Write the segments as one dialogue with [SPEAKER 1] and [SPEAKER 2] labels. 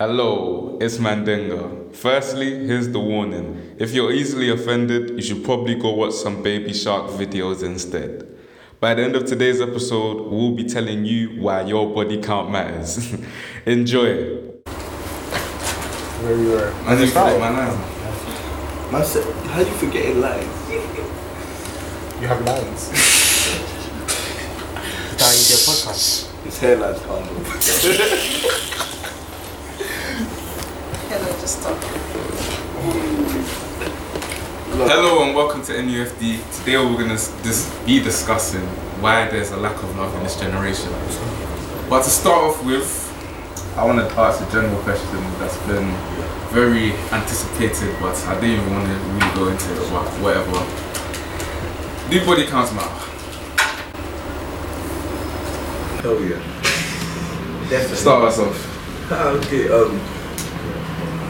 [SPEAKER 1] Hello, it's Mandinga. Firstly, here's the warning. If you're easily offended, you should probably go watch some Baby Shark videos instead. By the end of today's episode, we'll be telling you why your body count matters. Enjoy.
[SPEAKER 2] Where you were.
[SPEAKER 3] Man, you forgot my name.
[SPEAKER 4] Man said, how you forgetting lines?
[SPEAKER 2] You have lines. Now you do a podcast.
[SPEAKER 4] His hairline's gone. though.
[SPEAKER 5] Hello, just stop.
[SPEAKER 4] Look,
[SPEAKER 1] Hello and welcome to NUFD. Today we're gonna s- dis- be discussing why there's a lack of love in this generation. But to start off with, I want to ask a general question that's been very anticipated, but I didn't even want to really go into it. But whatever. Do body counts matter?
[SPEAKER 4] Hell yeah. Definitely.
[SPEAKER 1] Start us off.
[SPEAKER 4] Ah, okay, um.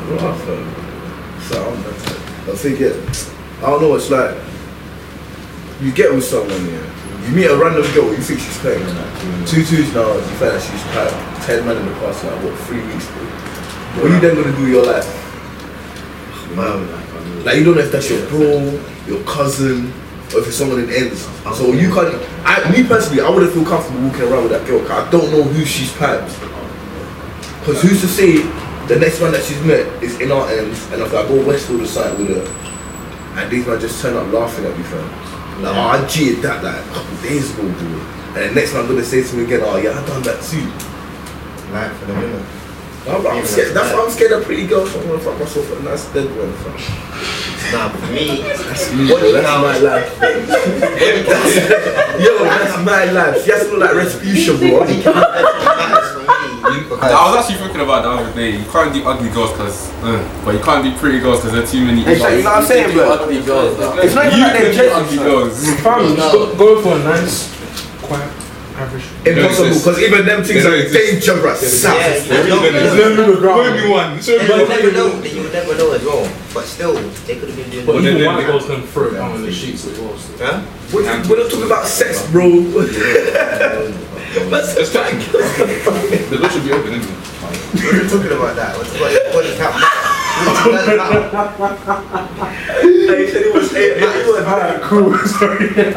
[SPEAKER 4] What I felt. So I'm that type. I think it. I don't know, it's like. You get with someone, yeah. You meet a random girl, you think she's playing, man. Two twos now, you find out she's like ten men in the past, like, what, three weeks, bro. What are you then gonna do with your life? Man, like, you don't know if that's your bro, your cousin, or if it's someone in ends. So you can't. I, me personally, I wouldn't feel comfortable walking around with that girl, cause I don't know who she's pipes. Because who's to say the next one that she's met is in our ends, and if I go Westfield or something with her, and these man just turn up laughing at me, fam. Like, oh, I cheated that like a couple days ago, dude. And the next man gonna say to me again, oh yeah, I done that too.
[SPEAKER 3] Like for the women.
[SPEAKER 4] I'm, I'm scared. That's why I'm scared of pretty girls. I'm gonna fuck myself and that's dead one, fam.
[SPEAKER 3] Nah, for me.
[SPEAKER 4] What the- Mm, that's my life. That's- yo, that's my life. She has to look like retribution, bro.
[SPEAKER 3] That's for me. You,
[SPEAKER 1] I was actually thinking about that the other day. You can't do ugly girls because, but you can't do pretty girls because there are too many.
[SPEAKER 2] Exactly, you know what I'm saying, bro?
[SPEAKER 6] Ugly girls, though.
[SPEAKER 2] It's not even
[SPEAKER 1] you
[SPEAKER 2] like
[SPEAKER 1] can
[SPEAKER 2] they're
[SPEAKER 1] do
[SPEAKER 2] jealous.
[SPEAKER 1] ugly girls.
[SPEAKER 2] Fam, go, go for a nice, quiet, average.
[SPEAKER 4] Impossible, because even them
[SPEAKER 1] They
[SPEAKER 4] things are
[SPEAKER 1] don't exist.
[SPEAKER 4] dangerous.
[SPEAKER 3] yeah, you don't know.
[SPEAKER 1] Show me one. Show
[SPEAKER 3] You
[SPEAKER 1] me
[SPEAKER 3] would
[SPEAKER 1] one.
[SPEAKER 3] never know. You would never know as well. But still, they could have been doing.
[SPEAKER 1] But
[SPEAKER 2] Even
[SPEAKER 1] then- then-
[SPEAKER 2] white girls can throw it down in the sheets with yours.
[SPEAKER 3] Huh?
[SPEAKER 4] We're not we're not talking about sex, bro. That's
[SPEAKER 1] It's fine. The door should be open, isn't it?
[SPEAKER 3] We were talking about that. What's about your body count? matter.
[SPEAKER 4] They said it was eight. It was
[SPEAKER 2] Alright, cool. Sorry. Let me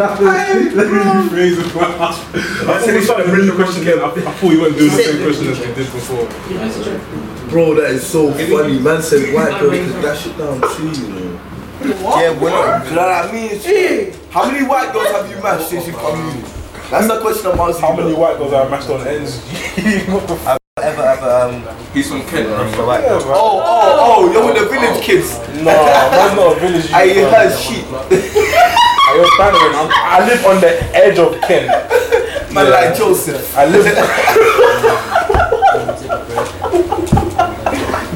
[SPEAKER 2] rephrase it. I thought we started bringing the question again. I I thought we weren't doing the same question as we did before.
[SPEAKER 4] Bro, that is so funny. Man said white girls could dash it down too, you know.
[SPEAKER 5] What?
[SPEAKER 3] Yeah, we're not.
[SPEAKER 4] You know what I mean? How many white girls have you matched since you come in? That's the question I'm asking.
[SPEAKER 2] How many white girls are matched on ends?
[SPEAKER 3] Ever, ever, um,
[SPEAKER 1] He's from Kent,
[SPEAKER 3] for
[SPEAKER 1] remember?
[SPEAKER 3] white girls.
[SPEAKER 4] Oh, oh, oh, you're with the village kids.
[SPEAKER 2] Nah, that's not a village.
[SPEAKER 4] I
[SPEAKER 2] youth,
[SPEAKER 4] heard
[SPEAKER 2] fam.
[SPEAKER 4] shit.
[SPEAKER 2] I understand it. I'm- I live on the edge of Kent.
[SPEAKER 4] Man like Joseph.
[SPEAKER 2] I live.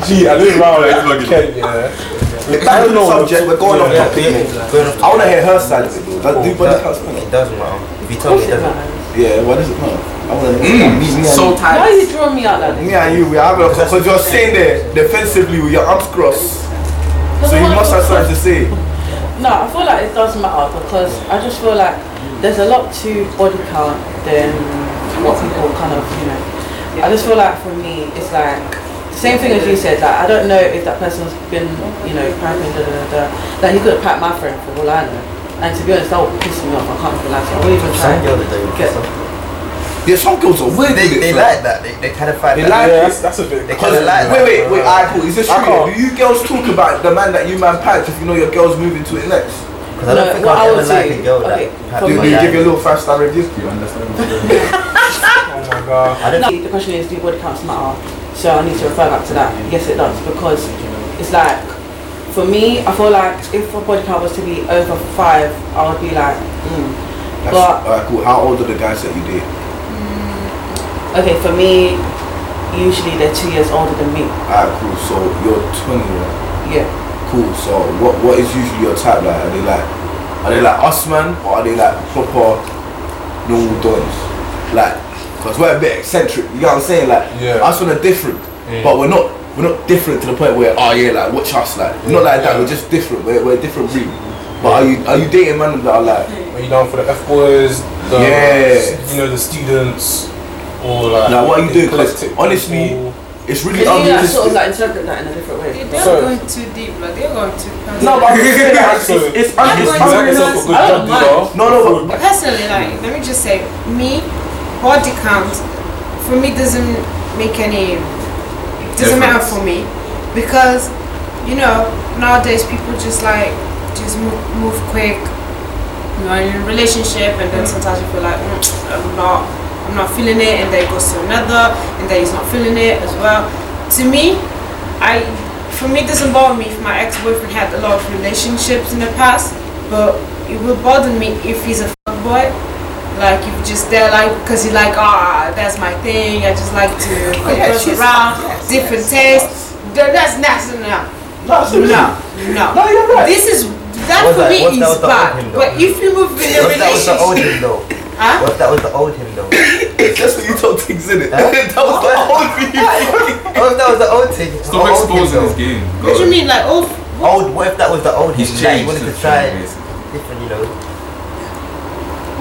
[SPEAKER 2] Gee, I live around like Kent. Yeah. I don't know.
[SPEAKER 4] Subject, we're going off topic.
[SPEAKER 3] Going off
[SPEAKER 4] I want to hear her side of it, though. Oh, That do body counts matter?
[SPEAKER 3] It doesn't matter. If you tell me, it doesn't.
[SPEAKER 4] Yeah, what is it matter? I want to hear me, me,
[SPEAKER 1] So
[SPEAKER 5] Why
[SPEAKER 1] tight.
[SPEAKER 5] are you drawing me out like this?
[SPEAKER 4] me and you, we have a because you're sitting there defensively with your arms crossed. So you must have something to say.
[SPEAKER 5] No, I feel like it does matter because I just feel like there's a lot to body count than what people kind of, you know. I just feel like for me, it's like the same thing as you said. Like I don't know if that person's been, you know, piping da da da. da. Like he could have packed my friend for all I know. And to be honest, that would piss me off. I can't even lie. to you. I wouldn't even try.
[SPEAKER 3] Some girls that do.
[SPEAKER 5] Get-
[SPEAKER 4] Yeah, some girls are weird.
[SPEAKER 3] They,
[SPEAKER 4] with it,
[SPEAKER 3] they
[SPEAKER 4] fam.
[SPEAKER 3] like that. They, they kind of fight
[SPEAKER 4] They
[SPEAKER 3] that.
[SPEAKER 4] like
[SPEAKER 2] Yeah,
[SPEAKER 4] it.
[SPEAKER 2] that's, that's a bit.
[SPEAKER 3] They kind of
[SPEAKER 4] Cause,
[SPEAKER 3] like
[SPEAKER 4] wait,
[SPEAKER 3] that.
[SPEAKER 4] wait, wait, alright, cool. Is this
[SPEAKER 2] I
[SPEAKER 4] true?
[SPEAKER 2] can't.
[SPEAKER 4] Do you girls talk about the man that you man packed if you know your girl's moving to it next?
[SPEAKER 3] Because I don't think
[SPEAKER 5] what
[SPEAKER 3] I've
[SPEAKER 5] I
[SPEAKER 3] ever
[SPEAKER 5] would
[SPEAKER 3] liked
[SPEAKER 5] do-
[SPEAKER 3] a girl that
[SPEAKER 5] okay,
[SPEAKER 3] had
[SPEAKER 5] for
[SPEAKER 4] Do,
[SPEAKER 3] my
[SPEAKER 4] do you give
[SPEAKER 3] life.
[SPEAKER 4] your little five star review?
[SPEAKER 1] You understand?
[SPEAKER 2] Oh my god.
[SPEAKER 3] I don't
[SPEAKER 5] No, the question is, do body counts matter? So I need to refer back to that. Yes, it does because it's like, for me, I feel like if a body count was to be over five, I would be like, mm.
[SPEAKER 4] That's,
[SPEAKER 5] but
[SPEAKER 4] alright, cool. How old are the guys that you date?
[SPEAKER 5] okay, for me, usually they're two years older than me.
[SPEAKER 4] Alright, cool. So you're 20, right?
[SPEAKER 5] Yeah,
[SPEAKER 4] Cool. So what what is usually your type like? Are they like are they like us man or are they like proper normal dons? Like, cause we're a bit eccentric. You know what I'm saying? Like,
[SPEAKER 2] Yeah.
[SPEAKER 4] us men are different, but we're not we're not different to the point where oh yeah, like watch us like we're not like that. We're just different. We're we're a different breed. But are you are you dating men that are like
[SPEAKER 2] Are you down for the F boys? The,
[SPEAKER 4] Yeah.
[SPEAKER 2] You know the students, or like.
[SPEAKER 4] Like, what are you doing? 'Cause
[SPEAKER 2] eclectic
[SPEAKER 4] honestly,
[SPEAKER 2] people?
[SPEAKER 4] It's really
[SPEAKER 5] Because you like,
[SPEAKER 4] unrealistic.
[SPEAKER 5] sort of like interpret that in a different way.
[SPEAKER 6] They're
[SPEAKER 2] So-
[SPEAKER 6] going too deep, like they're going too personal.
[SPEAKER 4] no, but I'm just saying that it's,
[SPEAKER 2] So-
[SPEAKER 4] it's, it's
[SPEAKER 6] I'm
[SPEAKER 2] He's
[SPEAKER 6] going
[SPEAKER 4] unrealistic.
[SPEAKER 6] to
[SPEAKER 2] done himself a
[SPEAKER 6] realize-
[SPEAKER 2] good
[SPEAKER 6] I
[SPEAKER 2] job,
[SPEAKER 6] don't
[SPEAKER 2] though.
[SPEAKER 4] No, no, but
[SPEAKER 6] personally, like let me just say, me body count for me doesn't make any doesn't matter
[SPEAKER 1] Difference.
[SPEAKER 6] for me because you know nowadays people just like just move, move quick. You know, in a relationship, and then sometimes you feel like mm, I'm not I'm not feeling it, and then it goes to another, and then he's not feeling it as well. To me, I for me it doesn't bother me if my ex-boyfriend had a lot of relationships in the past, but it will bother me if he's a boy. Like you just there like because you like ah that's my thing. I just like to
[SPEAKER 5] yes,
[SPEAKER 6] yes,
[SPEAKER 5] Oh, yes,
[SPEAKER 6] around different tastes. Th- That's nasty now. No, no, no.
[SPEAKER 4] you're right.
[SPEAKER 6] This is that
[SPEAKER 3] What's
[SPEAKER 6] for
[SPEAKER 3] that-
[SPEAKER 6] me
[SPEAKER 3] what's
[SPEAKER 6] is
[SPEAKER 3] that with the open
[SPEAKER 6] bad.
[SPEAKER 3] door?
[SPEAKER 6] But if you move in a
[SPEAKER 3] What if that was the old
[SPEAKER 6] relationship,
[SPEAKER 3] him though?
[SPEAKER 6] Huh?
[SPEAKER 3] What if that was the old him though?
[SPEAKER 4] that's what you told things in it. that was the whole thing.
[SPEAKER 3] What if Oh, that was the old thing?
[SPEAKER 1] Stop
[SPEAKER 3] old him
[SPEAKER 1] exposing
[SPEAKER 3] though?
[SPEAKER 1] his game.
[SPEAKER 6] what do you mean like oh
[SPEAKER 3] Old, what if that was the old him?
[SPEAKER 1] He's
[SPEAKER 3] Like, he
[SPEAKER 1] changed.
[SPEAKER 3] wanted to
[SPEAKER 1] since
[SPEAKER 3] try
[SPEAKER 1] then, basically.
[SPEAKER 3] different, you know.